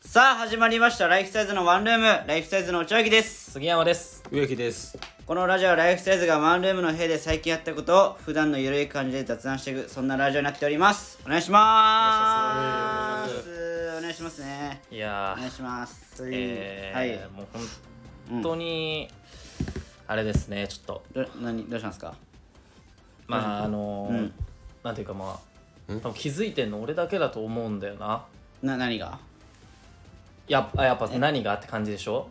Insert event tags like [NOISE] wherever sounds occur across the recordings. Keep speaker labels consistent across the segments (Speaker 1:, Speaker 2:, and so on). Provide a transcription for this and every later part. Speaker 1: さあ始まりましたライフサイズのワンルームライフサイズの内脇です
Speaker 2: 杉山です
Speaker 3: 植木です
Speaker 1: このラジオはライフサイズがワンルームの部屋で最近やったことを普段のゆるい感じで雑談していくそんなラジオになっておりますお願いしますお願いしますね
Speaker 2: いや
Speaker 1: お願いします
Speaker 2: えー
Speaker 1: はい
Speaker 2: もう本当に、あれですねちょっと
Speaker 1: ど何どうしたんですか
Speaker 2: まああのー
Speaker 1: うん
Speaker 2: なんていうかまあ多分気づいてんの俺だけだと思うんだよな
Speaker 1: な何が
Speaker 2: やっぱやっぱ何がって感じでしょ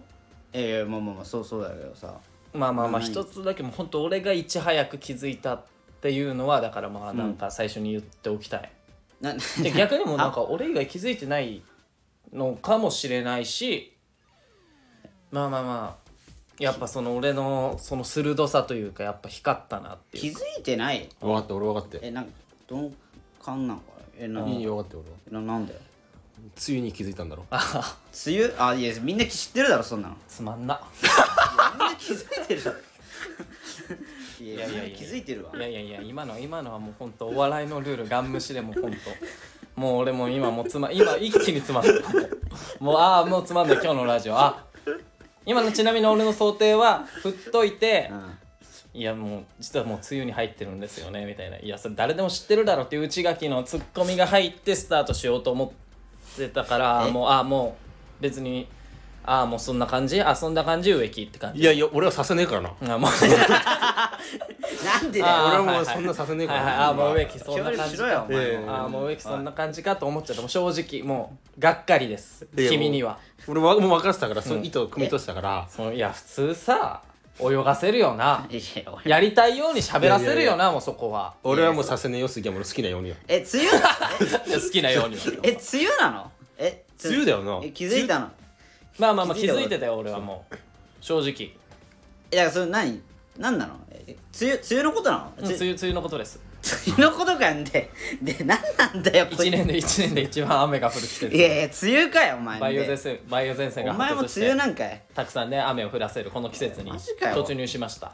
Speaker 1: ええまあまあまあそうそうだけどさ
Speaker 2: まあまあまあ
Speaker 1: うん
Speaker 2: 一つだけもう本当俺がいち早く気づいたっていうのはだからまあなんか最初に言っておきたい、
Speaker 1: [LAUGHS] な
Speaker 2: で逆にもなんか俺以外気づいてないのかもしれないしまあまあまあやっぱその俺のその鋭さというかやっぱ光ったなって
Speaker 1: 気
Speaker 2: いう
Speaker 1: づいてない
Speaker 3: 分かった俺分かって
Speaker 1: えなんか鈍感なんかなえない
Speaker 3: いよ分かって俺は
Speaker 1: ななんだよ
Speaker 3: ついに気づいたんだろ
Speaker 1: 梅雨あいやみんな知ってるだろそんなの
Speaker 2: つまんな
Speaker 1: みんな気づいてるじゃんいやいや気づいてるわ
Speaker 2: いやいやいや今の今のはもう本当お笑いのルールガン無視でもう本当もう俺もう今もうつま今一気につまんだもうああもうつまんだ今日のラジオあ今のちなみに俺の想定は振っといて、
Speaker 1: うん
Speaker 2: いやもう実はもう梅雨に入ってるんですよねみたいないやそれ誰でも知ってるだろうっていう内垣のツッコミが入ってスタートしようと思ってたから
Speaker 1: え
Speaker 2: もうあもう別にあもうそんな感じあそんな感じ植木って感じ
Speaker 3: いやいや俺はさせねえからな
Speaker 2: あもう [LAUGHS]
Speaker 1: なんでだ
Speaker 2: あ
Speaker 1: よ
Speaker 2: ー
Speaker 3: 俺はもうそんなさせねえか
Speaker 2: はいは
Speaker 3: ら
Speaker 2: いあもう植木そんな
Speaker 1: 協
Speaker 2: 感
Speaker 1: 力
Speaker 2: じ
Speaker 1: しろよ
Speaker 2: か
Speaker 1: お前
Speaker 3: ええ
Speaker 2: あもう植木そんな感じかと思っちゃったもう正直もうがっかりです
Speaker 3: いや
Speaker 2: 君には
Speaker 3: 俺はもう分かってたからその糸を組み取ってたから
Speaker 2: そのいや普通さ泳がせるよない
Speaker 1: やいや俺
Speaker 2: やりたいように喋らせるよなもうそこ
Speaker 3: [LAUGHS]
Speaker 2: は
Speaker 3: 俺はもうさせねえよ杉山俺好きなようによ
Speaker 1: え梅雨な
Speaker 2: いや好きなようには
Speaker 1: え梅雨なのえ
Speaker 3: 梅雨だよな
Speaker 1: え気づいたの
Speaker 2: まあまあまあ
Speaker 1: 気
Speaker 2: 気
Speaker 1: づ
Speaker 2: づ
Speaker 1: い
Speaker 2: い
Speaker 1: て
Speaker 2: てたよ俺はもう正直
Speaker 1: えだからそれ何何なのえ梅雨梅雨のことなの
Speaker 2: 梅
Speaker 1: 梅
Speaker 2: 雨梅雨のことです
Speaker 1: 梅雨のことかんでで何なんだよこいつ
Speaker 2: 1年で1年で一番雨が降る季
Speaker 1: い
Speaker 2: 節
Speaker 1: やいや梅雨かよお前
Speaker 2: 梅雨前線梅雨前線
Speaker 1: お
Speaker 2: が
Speaker 1: 前
Speaker 2: 発
Speaker 1: も
Speaker 2: 達し
Speaker 1: 梅雨
Speaker 2: て
Speaker 1: なんかい
Speaker 2: たくさんね雨を降らせるこの季節に
Speaker 1: マジかよ
Speaker 2: 突入しました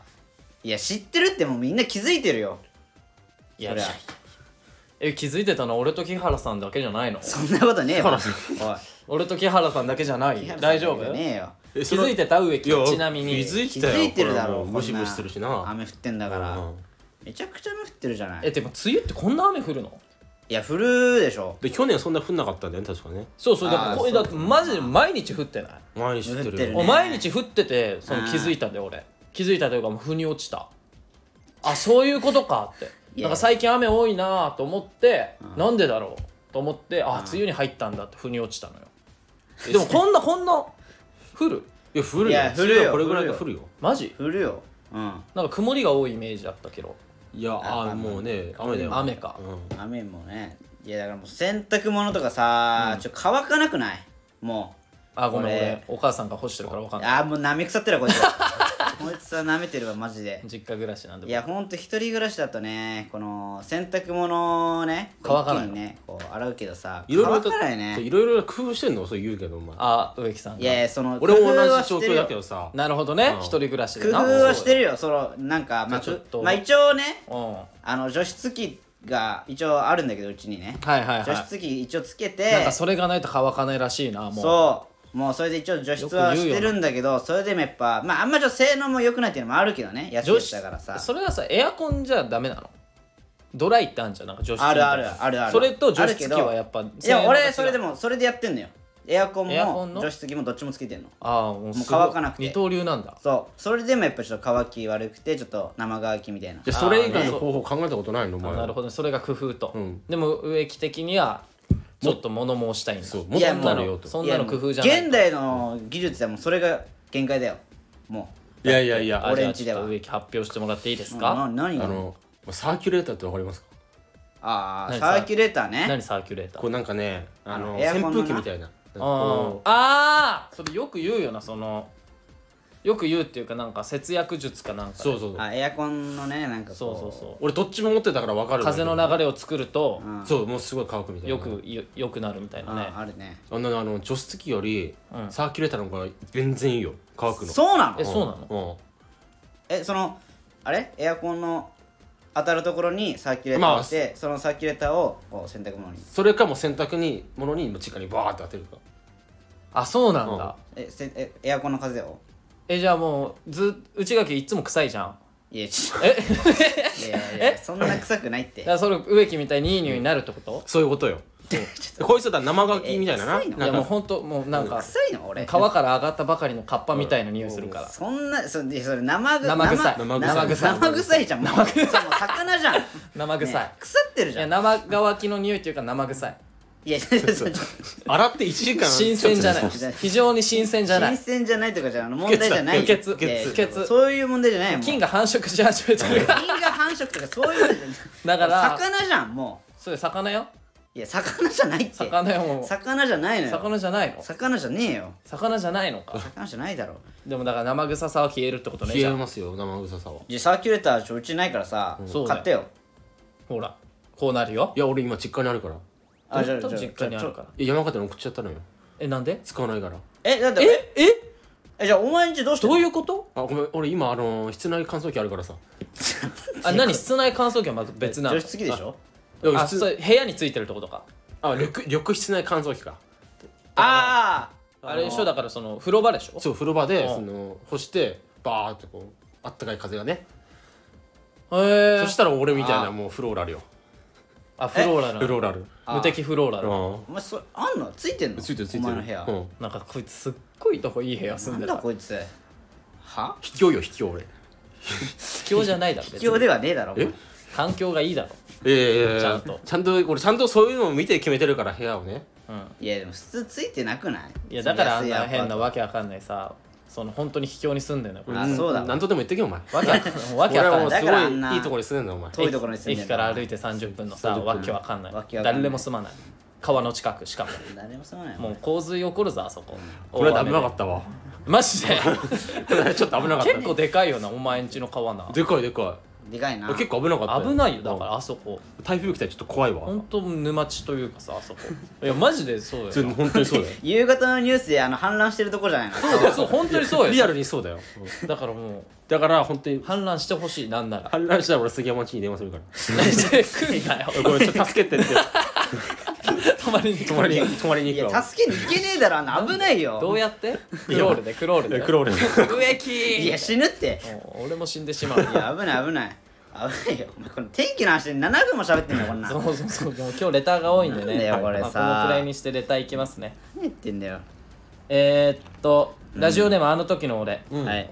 Speaker 1: いや知ってるってもうみんな気づいてるよ
Speaker 2: いや
Speaker 1: そ
Speaker 2: い
Speaker 1: り
Speaker 2: や
Speaker 1: ゃ
Speaker 2: いやえ気づいてたの俺と木原さんだけじゃないの
Speaker 1: そんなことねえわおい
Speaker 2: 俺と木原さんだけじゃない大丈夫
Speaker 1: ねえよ
Speaker 2: 気
Speaker 3: えその
Speaker 2: づいてた植木
Speaker 3: いや
Speaker 2: ちなみに
Speaker 3: 気づい
Speaker 1: 気
Speaker 3: てたよ
Speaker 1: づいてるだろ
Speaker 3: これは
Speaker 1: こ
Speaker 3: も
Speaker 1: ん
Speaker 3: う
Speaker 1: な
Speaker 3: ムシムシするしな
Speaker 1: 雨降ってんだから、
Speaker 3: うん
Speaker 1: めちゃくちゃ雨降ってるじゃない
Speaker 2: えでも梅雨ってこんな雨降るの
Speaker 1: いや降るでしょ
Speaker 3: で去年そんな降んなかったんだよね確かね
Speaker 2: そうそうだか
Speaker 1: あー
Speaker 2: らこれ
Speaker 1: そ
Speaker 2: だ
Speaker 1: う
Speaker 2: ってマジで毎日降ってない
Speaker 3: 毎日降っ
Speaker 1: 降
Speaker 3: て
Speaker 1: ってる
Speaker 3: る
Speaker 1: ね
Speaker 3: よ
Speaker 2: お毎日降っててその気づいたんだよ俺気づいたというかもう腑に落ちたあそういうことかって
Speaker 1: いや
Speaker 2: なんか最近雨多いなと思ってなんでだろうと思ってあ梅雨に入ったんだって腑に落ちたのよ
Speaker 1: [LAUGHS]
Speaker 2: でもこんなこんな降る
Speaker 3: いや降
Speaker 1: い
Speaker 3: るよ
Speaker 1: や降
Speaker 3: 梅
Speaker 1: るよ
Speaker 3: 雨はこれぐらいが降るよ
Speaker 2: マジ
Speaker 1: 降るようん
Speaker 2: なんか曇りが多いイメージだったけど
Speaker 3: いやあーもうね雨だよ
Speaker 2: 雨か
Speaker 3: うん
Speaker 1: 雨もねいやだからもう洗濯物とかさ、ちょっと乾かなくないも
Speaker 2: あごめん
Speaker 1: 俺
Speaker 2: 俺お母さんが干してるからわか
Speaker 1: うん
Speaker 2: ない
Speaker 1: あーもう舐め腐ってるわこいつ [LAUGHS] こいつは舐めてるわマジで
Speaker 2: 実家暮らしなんで
Speaker 1: いやほんと一人暮らしだとねこの洗濯物をね
Speaker 2: 乾かない
Speaker 1: 一気にねこう洗うけどさ
Speaker 3: いろいろ
Speaker 1: 乾
Speaker 3: と
Speaker 1: かない
Speaker 3: そう
Speaker 1: ね
Speaker 3: いろいろ工夫してんのそう言うけどお前
Speaker 2: あ植木さん
Speaker 1: い
Speaker 2: が
Speaker 1: やいやその
Speaker 3: 俺も
Speaker 1: 工夫
Speaker 3: 同
Speaker 1: は
Speaker 3: じ
Speaker 1: し
Speaker 3: 状
Speaker 1: てる
Speaker 3: 況
Speaker 1: よ
Speaker 3: だけどさ
Speaker 2: なるほどね
Speaker 3: うん
Speaker 2: 一人暮らし
Speaker 1: 工
Speaker 2: でな
Speaker 1: 夫はしてるよそのなんかまあ
Speaker 2: じゃあちょっと
Speaker 1: まあ一応ね
Speaker 2: うんは
Speaker 1: あの除湿機が一応あるんだけどうちにね
Speaker 2: いはいはい
Speaker 1: 除湿機一応つけて
Speaker 2: なんかそれがないと乾かないらしいなもう
Speaker 1: そうもうそれで一応除湿は
Speaker 2: よく
Speaker 1: し
Speaker 2: 言うよ
Speaker 1: て
Speaker 2: な
Speaker 1: るんだけどそれでもやっぱまああんまちょっと性能も良くないっていうのもあるけどね安い
Speaker 2: 除
Speaker 1: や
Speaker 2: 湿
Speaker 1: つだからさ
Speaker 2: それはさエアコンじゃダメなのドライってあるじゃんなんか除湿
Speaker 1: あるある
Speaker 2: みたいな
Speaker 1: あるある
Speaker 2: それと除
Speaker 1: ある
Speaker 2: 湿
Speaker 1: け
Speaker 2: 機
Speaker 1: ど
Speaker 2: はやっぱ
Speaker 1: いや俺それで
Speaker 2: も
Speaker 1: もそれでやってんのよエアコン
Speaker 2: エアコン
Speaker 1: も
Speaker 2: の
Speaker 1: 除湿機もどっちもつけてんの
Speaker 2: ああもうすごい
Speaker 1: もう乾かなくて
Speaker 2: 二刀流なんだ
Speaker 1: そうそれでもやっぱちょっと乾き悪くてちょっと生乾きみたいな
Speaker 3: じゃあそれ以外の方法考えたことないのお
Speaker 2: あ
Speaker 3: 前
Speaker 2: なるほどそれが工夫と、
Speaker 3: ん
Speaker 2: でも植木的にはちょっと物申したいんだ
Speaker 3: そうも
Speaker 1: い
Speaker 3: っ
Speaker 1: や
Speaker 3: と
Speaker 1: もう
Speaker 3: あるよと
Speaker 2: そんなの工夫じゃ
Speaker 1: い
Speaker 2: な
Speaker 1: や
Speaker 2: い
Speaker 1: もう現代の技術でもうそれが限界だよも
Speaker 3: いやいやいや
Speaker 2: あじゃ
Speaker 1: 俺ん
Speaker 2: あ
Speaker 1: ち
Speaker 2: ち
Speaker 1: で
Speaker 2: ょ
Speaker 1: は
Speaker 2: っと植木発表してもらっていいで
Speaker 1: う
Speaker 2: す
Speaker 1: な
Speaker 2: か、
Speaker 1: 何が
Speaker 3: あのサーキュレーターってわかりますか
Speaker 1: ああ
Speaker 2: 何
Speaker 1: サーキュレーターね
Speaker 2: 何サーキュレータ
Speaker 3: こ
Speaker 2: ー
Speaker 3: うなんかねあの
Speaker 1: エアコン
Speaker 3: 扇
Speaker 1: のな
Speaker 3: 風機みたいな
Speaker 2: あ
Speaker 3: こ
Speaker 2: ーあーそれよく言うよなそのよく言うっていうかなんか節約術かなんか
Speaker 3: う
Speaker 2: で
Speaker 3: そうそうそう
Speaker 1: あエアコンのねなんかこ
Speaker 2: そうそうそ
Speaker 3: 俺どっちも持ってたから分か
Speaker 2: う
Speaker 3: る
Speaker 2: 風の流れを作ると、
Speaker 3: れそうもうすごい乾くみたいな
Speaker 2: よくよよくなるみたいな
Speaker 1: あ
Speaker 2: ね
Speaker 1: あるね
Speaker 3: あんなのあの除湿機よりサーキュレーターの方が全然いいよ乾くの
Speaker 1: そうな
Speaker 2: え
Speaker 1: の
Speaker 2: そうなの
Speaker 3: の
Speaker 1: えそのあれエアコンの当たるところにサーキュレーター
Speaker 3: ま
Speaker 1: を
Speaker 3: あ
Speaker 1: して、そのサーキュレーターをこう洗濯物に
Speaker 3: それかもう洗濯に物にもう直にバーって当てるか
Speaker 2: あそうなんだ、
Speaker 1: えせえエアコンの風を
Speaker 2: えじゃあもうず内垣いつも臭いじゃん
Speaker 1: いやちょ
Speaker 2: え
Speaker 1: いやいや
Speaker 2: [LAUGHS] え
Speaker 1: そんな臭くないって
Speaker 2: だからそれ植木みたいにいい匂いになるってこと、
Speaker 3: そういうこと
Speaker 2: [LAUGHS]
Speaker 3: よこいつだったら生ガキみたいなな
Speaker 1: え臭いの
Speaker 2: い
Speaker 3: な
Speaker 2: や
Speaker 3: ん
Speaker 2: もう
Speaker 3: か
Speaker 2: ほんともうなんか
Speaker 1: 臭いの俺
Speaker 2: 皮から上がったばかりのカッパみたいな匂いするから、
Speaker 1: そんなそいやそれ生ぐ
Speaker 2: 生臭い
Speaker 1: 生
Speaker 3: 生
Speaker 1: 生
Speaker 3: 臭
Speaker 1: 臭
Speaker 3: い
Speaker 1: いじゃん生臭いもう魚じゃん
Speaker 2: 生臭い、
Speaker 1: ね腐ってる
Speaker 2: い
Speaker 1: じゃ
Speaker 2: や
Speaker 1: ん
Speaker 2: 生乾きの匂いというか生臭い
Speaker 1: いやちょっとちょっと
Speaker 3: 洗って1時間
Speaker 2: [LAUGHS] 新鮮じゃない
Speaker 1: ちょっと
Speaker 2: 非常に新鮮じゃない
Speaker 1: 新鮮じゃないとかじゃあの問題じゃない
Speaker 3: 不
Speaker 2: 潔だ
Speaker 1: いやいや
Speaker 2: 不潔
Speaker 1: そういう問題じゃないもん
Speaker 2: 菌が繁殖し始めて
Speaker 1: 菌
Speaker 2: る
Speaker 1: が繁殖とかそういうのじゃない
Speaker 2: [LAUGHS] だから
Speaker 1: 魚じゃんも
Speaker 2: そう魚よ
Speaker 1: ういや魚じゃないって
Speaker 2: 魚よもう
Speaker 1: 魚じゃないのよ
Speaker 2: 魚じゃないの
Speaker 1: 魚じゃねえよ
Speaker 2: 魚じゃないのか
Speaker 1: 魚じゃないだろ
Speaker 2: でもだから生臭さは消えるってことねじ
Speaker 3: 消
Speaker 2: ゃ
Speaker 3: え
Speaker 2: あ
Speaker 3: ますよ生臭さはい
Speaker 1: やサーキュレーターちょうちないからさ
Speaker 2: そうだよ
Speaker 1: 買ってよ
Speaker 2: ほらこうなるよ
Speaker 3: いや俺今実家にあるから
Speaker 1: あじゃあ
Speaker 2: 多分
Speaker 1: じゃ
Speaker 2: 実家にあるから
Speaker 3: いや山形に送っちゃったのよ
Speaker 2: えなんで
Speaker 3: 使わないから
Speaker 1: えだって
Speaker 2: ええ
Speaker 1: えじゃあお前んちどうしてん
Speaker 2: ど
Speaker 1: の
Speaker 2: ういうこと
Speaker 3: あごめん俺今あの室内乾燥機あるからさ
Speaker 2: あ何室内乾燥機はまた別なの
Speaker 1: 除湿器でしょ
Speaker 3: でも
Speaker 2: あ
Speaker 3: 普通
Speaker 2: そう部屋についてるってことか
Speaker 3: あ緑緑室内乾燥機か
Speaker 1: ああ
Speaker 2: あれでしょだからその風呂場でしょ
Speaker 3: そう風呂場で
Speaker 2: うん
Speaker 3: その干してバーってこうあったかい風がね
Speaker 2: へえ
Speaker 3: そしたら俺みたい
Speaker 1: あ
Speaker 3: なもうフローラルよ
Speaker 2: あフローラ
Speaker 3: フ
Speaker 2: ル
Speaker 3: ローラル
Speaker 2: 無敵フローラル
Speaker 3: う
Speaker 1: お前それあんのついてんの
Speaker 3: んついてるついてる
Speaker 1: お前の部屋、
Speaker 3: うん
Speaker 2: なんかこいつすっごいとこいい部屋住ん
Speaker 1: な
Speaker 2: で
Speaker 1: んだ
Speaker 2: た
Speaker 1: こいつは
Speaker 3: 卑怯よ卑怯俺
Speaker 2: 卑怯じゃないだろ別
Speaker 1: 必要
Speaker 2: に
Speaker 1: ではねえだろお前
Speaker 3: え
Speaker 2: 環境がいいだろ
Speaker 3: ええ
Speaker 2: ちゃんと
Speaker 3: ちゃんと俺ちゃんとそういうのを見て決めてるから部屋をね
Speaker 2: うん
Speaker 1: いやでも普通ついてなくない
Speaker 2: いやだからあんな変な
Speaker 1: わ
Speaker 2: わけわかんないさその本当に卑怯に住んでんのよこれ
Speaker 1: あそうだわ
Speaker 3: 何とでも言ってけよお前
Speaker 2: わけ
Speaker 1: [LAUGHS]
Speaker 2: わかんないわけ
Speaker 3: 俺
Speaker 2: わか
Speaker 3: は
Speaker 2: ん
Speaker 3: もう
Speaker 1: だ
Speaker 2: ない
Speaker 3: す
Speaker 1: からあんな
Speaker 3: ごいいいところに住んでんだお前
Speaker 1: 遠いところに住んで
Speaker 2: 駅から歩いて30分のさわけわかんない
Speaker 1: わけわかんない
Speaker 2: 誰も住まない川の近くしかも
Speaker 1: 誰も住まない
Speaker 2: もう洪水起こるぞあそこ
Speaker 3: これは危なか
Speaker 2: た
Speaker 3: ったわ
Speaker 2: マジで
Speaker 3: ちょっと危なかった
Speaker 2: 結構でかいよなお前んちの川な
Speaker 3: でかいでか
Speaker 1: でかいない
Speaker 3: 結構危なかった
Speaker 2: 危ないよだかららあそこ
Speaker 3: 台風来たらちょっと怖いわ
Speaker 2: 本当沼地というかさあそこいやマジでそう
Speaker 3: そ
Speaker 2: よ
Speaker 3: れ
Speaker 2: な
Speaker 3: 本当にそうだよ
Speaker 1: 夕方のニュースであの氾濫してるとこじゃない
Speaker 2: [LAUGHS]
Speaker 1: の
Speaker 2: そうだよそう本当にそう
Speaker 3: リア
Speaker 2: よ
Speaker 3: ルにそうだようん
Speaker 2: だからも
Speaker 3: だから本当に
Speaker 2: う氾濫してほしいなんなら [LAUGHS]
Speaker 3: 氾濫したら俺杉山町に電話するから
Speaker 2: してくんなよ
Speaker 3: おいごめんちょっと助けてって
Speaker 2: 泊まりに来
Speaker 3: 泊
Speaker 2: る
Speaker 3: まりに泊まりに
Speaker 1: い
Speaker 3: 行く
Speaker 1: や
Speaker 3: わ
Speaker 1: 助けに行けねえだろあの危ないよ
Speaker 2: どうやってクロールでクロール
Speaker 3: い
Speaker 2: で
Speaker 3: やクロール
Speaker 2: 植
Speaker 1: い
Speaker 2: 木
Speaker 1: や死ぬって
Speaker 2: もう俺も死んでしまうい
Speaker 1: いや危ない危ない危ないよお前この天気の話で7分も喋ってんだよこん
Speaker 2: [LAUGHS]
Speaker 1: なん
Speaker 2: そ
Speaker 1: 何
Speaker 2: うそうそうでも今日レターが多いんで
Speaker 1: なんだ
Speaker 2: ね
Speaker 1: よこれさ
Speaker 2: まあ、このくらいにしてレターいきますね
Speaker 1: 言ってんだよ
Speaker 2: えー、っとラジオネームあの時の俺、
Speaker 3: うん
Speaker 1: はい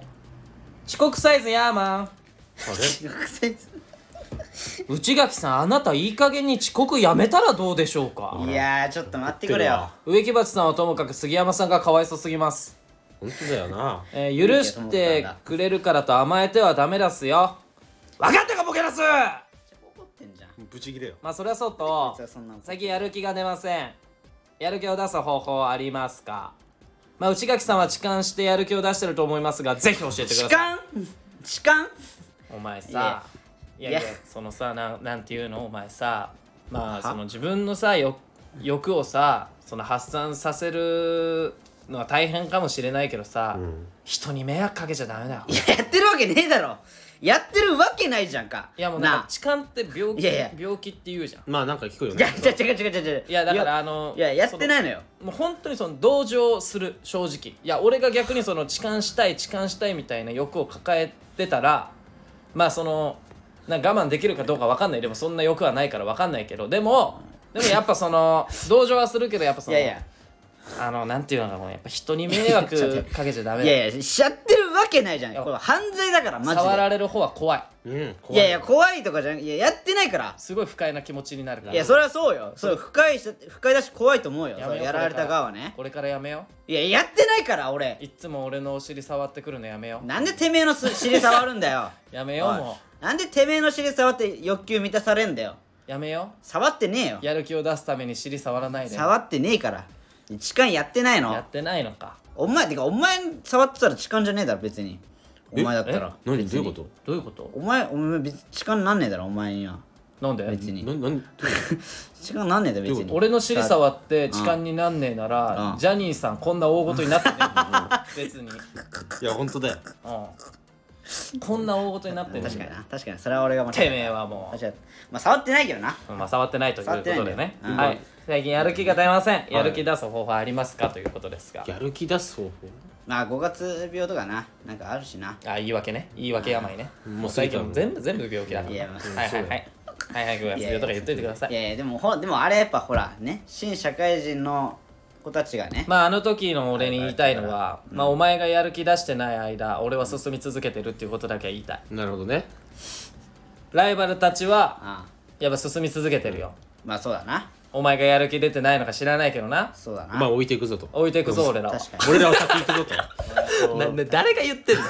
Speaker 2: 遅刻サイズヤーマ
Speaker 1: 地獄サイズ
Speaker 2: ン内垣さんあなたいい加減に遅刻やめたらどうでしょうか
Speaker 1: いやーちょっと待ってく
Speaker 3: あれ
Speaker 1: れよ
Speaker 2: 植木鉢さんはともかく杉山さんがかわいそすぎます、
Speaker 3: 本当だよな
Speaker 2: えー許してくれるからと甘えてはダメだすよ分かったかボケラス
Speaker 1: 怒ってんじゃん
Speaker 3: ブチギレよ
Speaker 2: まあそれはそうと
Speaker 1: 実はそんな
Speaker 2: 最近やる気が出ませんやる気を出す方法ありますかまあ内垣さんは痴漢してやる気を出してると思いますがぜひ教えてくださ
Speaker 1: 痴
Speaker 2: い
Speaker 1: 漢痴漢
Speaker 2: お前さいやい
Speaker 1: いや
Speaker 2: や
Speaker 1: いや
Speaker 2: そのさなんなんていうのお前さまあ
Speaker 1: は
Speaker 2: その自分のさ欲欲をさその発散させるのは大変かもしれないけどさ、人に迷惑かけちゃダメだよ
Speaker 1: いややってるわけねえだろやってるわけないじゃんか
Speaker 2: いやもうなん
Speaker 1: な
Speaker 2: か痴漢って病気
Speaker 1: いやいや
Speaker 2: 病気って言うじゃん
Speaker 3: まあなんか聞くよ
Speaker 1: いや
Speaker 3: ね
Speaker 1: 違う違う違う違う
Speaker 2: いやだからあの
Speaker 1: いややってないのよ
Speaker 2: もう本当にその同情する正直いや俺が逆にその痴漢したい痴漢したいみたいな欲を抱えてたらまあそのなんか我慢できるかどうか分かんないでもそんな欲はないから分かんないけどでもでもやっぱその同情はするけどやっぱそ
Speaker 1: い
Speaker 2: の
Speaker 1: やいや
Speaker 2: あのなんていうのかなやっぱ人に迷惑かけちゃダメ
Speaker 1: い
Speaker 2: だ
Speaker 1: やいやしちゃってるわけないじゃん
Speaker 2: いや
Speaker 1: これは犯罪だからマジ
Speaker 2: 触ら
Speaker 1: で
Speaker 2: れる方は怖い
Speaker 3: うん
Speaker 1: いやいや怖いとかじゃなくいややってないから
Speaker 2: すごい不快な気持ちになるから
Speaker 1: いやそれはそうよそう不快し不快だし怖いと思うよ
Speaker 2: め
Speaker 1: そう
Speaker 2: よ
Speaker 1: やられた側はね
Speaker 2: これからやめよ
Speaker 1: いややってないから俺
Speaker 2: いっつも俺のお尻触ってくるのやめよ
Speaker 1: なんでてめえのす尻触るんだよ
Speaker 2: やめよ
Speaker 1: おい
Speaker 2: も
Speaker 1: なんでてめえの尻触って欲求満たされんだよ
Speaker 2: うやめよ
Speaker 1: 触ってねえよ
Speaker 2: やる気を出すために尻触らないで
Speaker 1: 触ってねえから痴漢やってない
Speaker 2: や
Speaker 1: の
Speaker 2: ってないのか
Speaker 1: お前てかお前触ってたら痴漢じゃねえだろ別にお前だったら
Speaker 3: 何どういうこ
Speaker 2: どういうこと
Speaker 1: お前お前別に痴漢なんねえだろお前には
Speaker 2: なんで
Speaker 1: 別
Speaker 3: と
Speaker 1: に
Speaker 3: な何どういうこ
Speaker 1: 痴漢なんねえだろ別に
Speaker 2: 俺の尻触って痴漢になんねえなら、
Speaker 1: うん
Speaker 2: ジャニーさんこんな大ごとになってねえ別に、うん、
Speaker 3: といや本当だよ
Speaker 2: こんな大ごとになってね
Speaker 1: 確かにな確かにそれは俺が間違
Speaker 2: て
Speaker 1: え
Speaker 2: めえはも
Speaker 1: た間違えたまあ触ってないけどな
Speaker 2: う、まあ、触ってないということでね
Speaker 1: 触ってないねうん
Speaker 2: はい最近やる気が出ません、やる気出す方法ありますかということですが
Speaker 3: やる気出す方
Speaker 1: まあ5月病とかななんかあるしな
Speaker 2: あ言い訳ね言い訳病ねも
Speaker 3: も
Speaker 2: う
Speaker 3: う
Speaker 2: 最近
Speaker 3: そうだも
Speaker 2: 全
Speaker 3: ん
Speaker 2: 部全部病気だから
Speaker 1: いや
Speaker 2: はい
Speaker 1: まあ
Speaker 2: はいはいはいはいはい5月病とか言っといてくださ
Speaker 1: い
Speaker 2: い
Speaker 1: やいやでもほでもあれやっぱほらね新社会人の子たちがね、
Speaker 2: まああの時の俺に言いたいのは、まあお前がやる気出してない間俺は進み続けてるっていうことだけは言いたい
Speaker 3: 法なるほどね
Speaker 2: ライバルたちは
Speaker 1: ああ
Speaker 2: やっぱ進み続けてるよ、
Speaker 1: まあそうだな
Speaker 2: お前がやる気出てないのか知らないけどな
Speaker 1: そうだな、
Speaker 3: まあ置いていくぞと
Speaker 2: 置いていくぞ俺らは
Speaker 1: 確かに
Speaker 3: 俺らは先行くぞと
Speaker 2: なな誰が言ってん [LAUGHS] の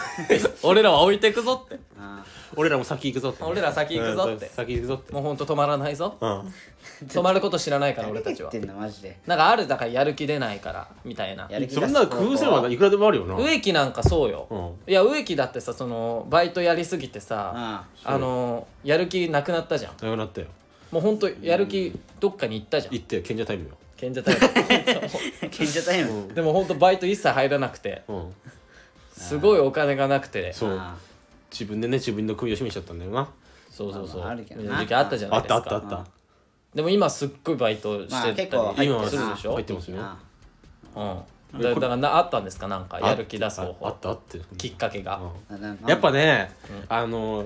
Speaker 2: 俺らは置いていくぞって
Speaker 1: あ
Speaker 3: 俺らも先行くぞと
Speaker 2: 俺ら先行くぞって
Speaker 3: うん先行くぞって
Speaker 2: もうほんと止まらないぞ
Speaker 3: うん
Speaker 2: 止まること知らないから俺た
Speaker 1: あ
Speaker 2: ち
Speaker 1: 言っ
Speaker 2: は
Speaker 1: てんのマジで
Speaker 2: なんかあるだからやる気出ないからみたいな
Speaker 1: やる気
Speaker 3: そ
Speaker 1: が
Speaker 3: んな工夫すればいくらでもあるよな
Speaker 2: 植木なんかそうよ、
Speaker 3: う
Speaker 2: いや植木だってさそのバイトやりすぎてさ、
Speaker 1: あ
Speaker 2: あのやる気なくなったじゃん
Speaker 3: なくなったよ
Speaker 2: もうほんとやる気どっかに行ったじゃん
Speaker 3: 行って賢者タイムよ
Speaker 2: 賢者タイ
Speaker 1: あ賢者タイム
Speaker 2: プでもほんとバイト一切入らなくて
Speaker 3: うん
Speaker 2: すごいお金がなくて
Speaker 3: そう
Speaker 1: あ
Speaker 3: 自分でね自分の首を絞めちゃったんだよな
Speaker 2: そうそうそう
Speaker 1: まあまあある
Speaker 2: み
Speaker 1: け
Speaker 2: た
Speaker 1: ど
Speaker 2: い
Speaker 1: な
Speaker 2: な時期あったじゃな
Speaker 3: あ
Speaker 2: い
Speaker 3: っ
Speaker 2: ですか
Speaker 3: たあったあった
Speaker 2: でも今すっごいバイト
Speaker 1: まあ
Speaker 2: して
Speaker 1: 結
Speaker 2: たり、
Speaker 1: 構
Speaker 3: 今は
Speaker 2: するでしょ
Speaker 3: 入ってますよ
Speaker 1: あ
Speaker 2: うんだだからなあったんですかなんかやる気出す方
Speaker 3: ああ
Speaker 2: 法
Speaker 3: ったあって
Speaker 2: きっかけが、
Speaker 1: あな
Speaker 3: やっぱね、あの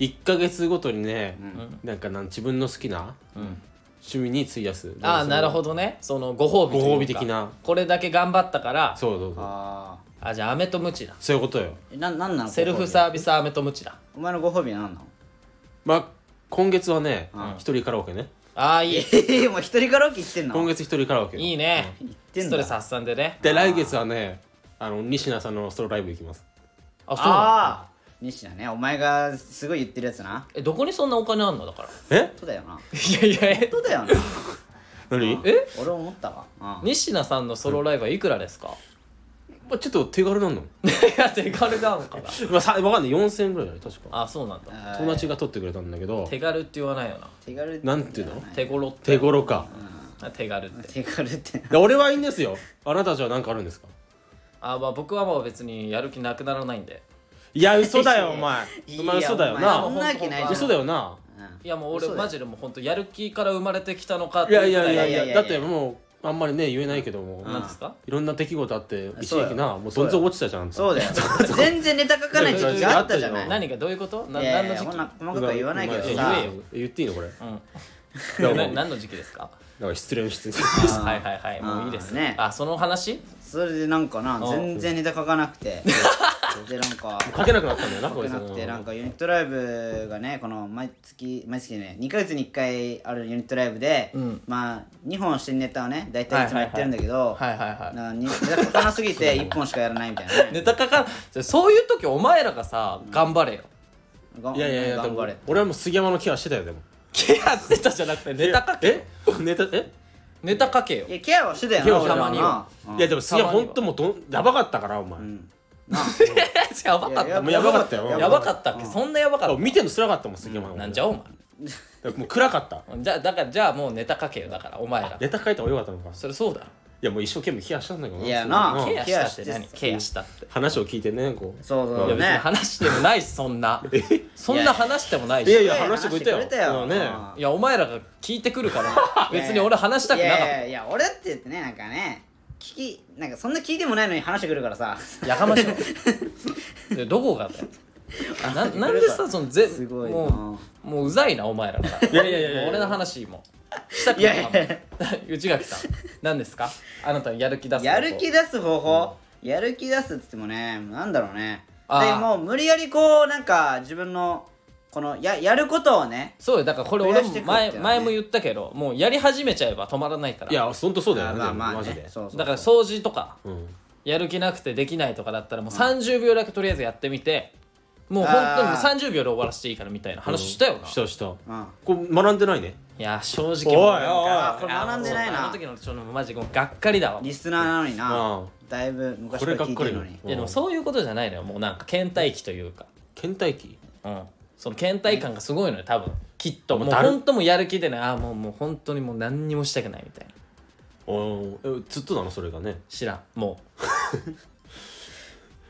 Speaker 3: 1か月ごとにね、なんかなん自分の好きな趣味に費やす、
Speaker 2: ああなるほどねそのご褒美というか
Speaker 3: ご褒美的な
Speaker 2: これだけ頑張ったから
Speaker 3: そうそうそう
Speaker 1: あ
Speaker 2: あじゃあ飴とムチだ
Speaker 3: そういうことよ
Speaker 1: ーえななんなの
Speaker 2: セルフ
Speaker 1: さ
Speaker 2: サービス飴とムチだ
Speaker 1: お前のご褒美なんなの
Speaker 3: まあ今月はね一、人カラオケね
Speaker 2: ああいい
Speaker 1: ええもう一人カラオケ行ってんの
Speaker 3: 今月一人カラオケ
Speaker 2: いいね
Speaker 1: ってんだ
Speaker 2: ストレス発散でね
Speaker 3: で来月はねあの西名さんのソロライブ行きます
Speaker 2: あそうなの
Speaker 1: ああ西田ねお前がすごい言ってるやつな
Speaker 2: えどこにそんなお金あんのだから
Speaker 3: え
Speaker 1: そうだよない
Speaker 2: やいやえ
Speaker 1: そうだよな
Speaker 3: 何
Speaker 2: え
Speaker 1: 俺思ったわあ
Speaker 2: 西名さんのソロライブはいくらですか
Speaker 3: まあ、ちょっと手軽なの、
Speaker 2: [LAUGHS] いや手軽なのかな
Speaker 3: まあ、さわかんない4000円ぐらいだね確か
Speaker 2: あそうなんだ
Speaker 1: あ
Speaker 3: 友達が取ってくれたんだけど
Speaker 2: 手軽って言わないよな
Speaker 1: 手軽
Speaker 3: なんていうの
Speaker 2: 手頃って
Speaker 3: 手頃か
Speaker 2: 手軽って
Speaker 1: 手軽って
Speaker 3: で俺はいいんですよあなたたちは何かあるんですか
Speaker 2: あまあ僕はもう別にやる気なくならないんで
Speaker 3: いや嘘だよお前
Speaker 1: いい
Speaker 3: お前嘘だよ
Speaker 1: お前そ
Speaker 3: なん
Speaker 1: なわけないじゃん
Speaker 3: 嘘だよな
Speaker 1: うん
Speaker 2: いやもう俺
Speaker 1: 嘘だよ
Speaker 2: マジでもう本当やる気から生まれてきたのかって
Speaker 3: いやいや
Speaker 2: ぐら
Speaker 3: いや
Speaker 1: いやいやい
Speaker 3: い
Speaker 1: や
Speaker 3: やだってもうあんまりね言えないけども
Speaker 2: なんですか
Speaker 3: いろんな出来事あって一
Speaker 1: そうよ
Speaker 3: 時期なもうどん底落ちたじゃん
Speaker 1: そうだよ全然ネタ書かない時期があったじゃない
Speaker 3: いやいやいや
Speaker 2: 何がどういうことない
Speaker 1: やい
Speaker 2: 何
Speaker 1: やいや
Speaker 2: の時
Speaker 1: こ
Speaker 2: 期
Speaker 1: んな細かくは言わないけど
Speaker 2: うまあまあ
Speaker 1: さ
Speaker 2: 言えよ
Speaker 3: 言っていいのこれだ
Speaker 2: な
Speaker 3: からだか
Speaker 2: 何の時期ですから
Speaker 3: 失恋して [LAUGHS]
Speaker 2: はいはいはいもういいです
Speaker 1: あーね
Speaker 2: あその話
Speaker 1: それでなんかな全然ネタ書かなくてでなんか
Speaker 3: 書けなくなったんだよな
Speaker 1: 書
Speaker 3: こ
Speaker 1: け
Speaker 3: れ
Speaker 1: なくてなんかユニットライブがねこの毎月毎月ね2ヶ月に1回あるユニットライブで、
Speaker 2: うん
Speaker 1: まあ2本新ネタをね大体いつもやってるんだけど、
Speaker 2: はいはいは
Speaker 1: なんかにネタ書かなすぎて1本しかやらないみたいないね
Speaker 2: ネタ書かんそういう時お前らがさ頑張れよ
Speaker 1: が
Speaker 3: いやいやいやで
Speaker 1: 頑
Speaker 3: も
Speaker 1: 張れ
Speaker 3: 俺はもう杉山のケアしてたよでも
Speaker 2: ケアしてたじゃなくてネタ書けよ
Speaker 3: えネタえ
Speaker 2: ネタ書けよ
Speaker 1: いやケアはしてたよ
Speaker 3: ケア
Speaker 1: な
Speaker 3: は
Speaker 1: 俺ら
Speaker 2: たまに
Speaker 1: な、うん
Speaker 3: いやでも杉山
Speaker 2: たまに
Speaker 3: 本
Speaker 2: は
Speaker 3: 当もうどんやばかったからお前
Speaker 2: [LAUGHS] やばかっ
Speaker 1: いや
Speaker 2: た
Speaker 3: もうやばかったよ
Speaker 2: やばかったっけそんなやばかっ
Speaker 3: 見てんの辛かったもん杉山
Speaker 2: た
Speaker 3: が
Speaker 2: なんじゃお前
Speaker 3: もう暗かった
Speaker 2: じゃあだからじゃあもうネタ書けよだからお前ら
Speaker 3: ネタ書いた方が良かったのか
Speaker 2: それそうだろ
Speaker 3: いやもう一生懸命ケアしたんだけど
Speaker 1: いやな
Speaker 3: うん
Speaker 2: ケアしたっ
Speaker 1: ケ
Speaker 2: て
Speaker 1: アし
Speaker 2: 何
Speaker 1: て
Speaker 2: ケアしたって
Speaker 3: 話を聞いてねこう
Speaker 1: そうそう
Speaker 2: いや別に
Speaker 1: ね
Speaker 2: 話してもないしそんなそんな話してもないし
Speaker 3: いやい
Speaker 2: い
Speaker 3: や話してくれたよ
Speaker 1: 話してくれたよ
Speaker 3: うんね
Speaker 1: うん
Speaker 2: やお前らが聞いてくるから別に俺話したくなかっ
Speaker 1: いやいやいや俺だってねなんかね聞きなんかそんな聞いてもないのに話してくるから
Speaker 2: [LAUGHS]
Speaker 1: さ
Speaker 2: たやかましいでどこがだよななんでさそのぜ
Speaker 1: すごいな
Speaker 2: もうもううざいなお前らからい
Speaker 3: やいやいやいや
Speaker 2: 俺の話もしたくないかも
Speaker 1: いやいやい
Speaker 2: [LAUGHS] 内垣さん何ですかあなたのやる気出すこと
Speaker 1: やる気出す方法、やる気出すっつってもねなんだろうね
Speaker 2: あ
Speaker 1: で
Speaker 2: ー
Speaker 1: もう無理やりこうなんか自分のこのややることをね
Speaker 2: そうよだからこれ俺
Speaker 1: 増やしてくっ
Speaker 2: も
Speaker 1: て
Speaker 2: 前
Speaker 1: いうのはね
Speaker 2: 前も言ったけどもうやり始めちゃえば止まらないから
Speaker 3: いや本当そうだよ
Speaker 1: あ
Speaker 3: ね
Speaker 1: まあまあ
Speaker 3: マジ
Speaker 1: ね
Speaker 3: で
Speaker 1: そうそう
Speaker 2: だから掃除とか
Speaker 3: うん
Speaker 2: やる気なくてできないとかだったらもう30秒だけとりあえずやってみてもう本当にもう
Speaker 1: あ
Speaker 2: 30秒で終わらせていいからみたいな話したよな、
Speaker 3: し
Speaker 2: い
Speaker 3: たした
Speaker 1: うん
Speaker 3: こう学んでないね
Speaker 2: や正直
Speaker 3: おい
Speaker 2: もう
Speaker 3: おい
Speaker 2: なんか
Speaker 1: あこれ学んでないな
Speaker 2: あの時のちょっとマジもうがっかりだわい
Speaker 1: リスナーなのにな
Speaker 3: うん
Speaker 1: だいぶ昔から聞いてるのに
Speaker 3: こ
Speaker 2: やでもそういうことじゃないのよもうなんか倦怠期というか
Speaker 3: 倦怠期
Speaker 2: うんその倦怠感がすごいのよ多分きっともう
Speaker 3: もうだる
Speaker 2: 本当もうやる気でないああもうもう本当にもう何にもしたくないみたいな
Speaker 3: おーえずっとなのそれがね
Speaker 2: 知らんもう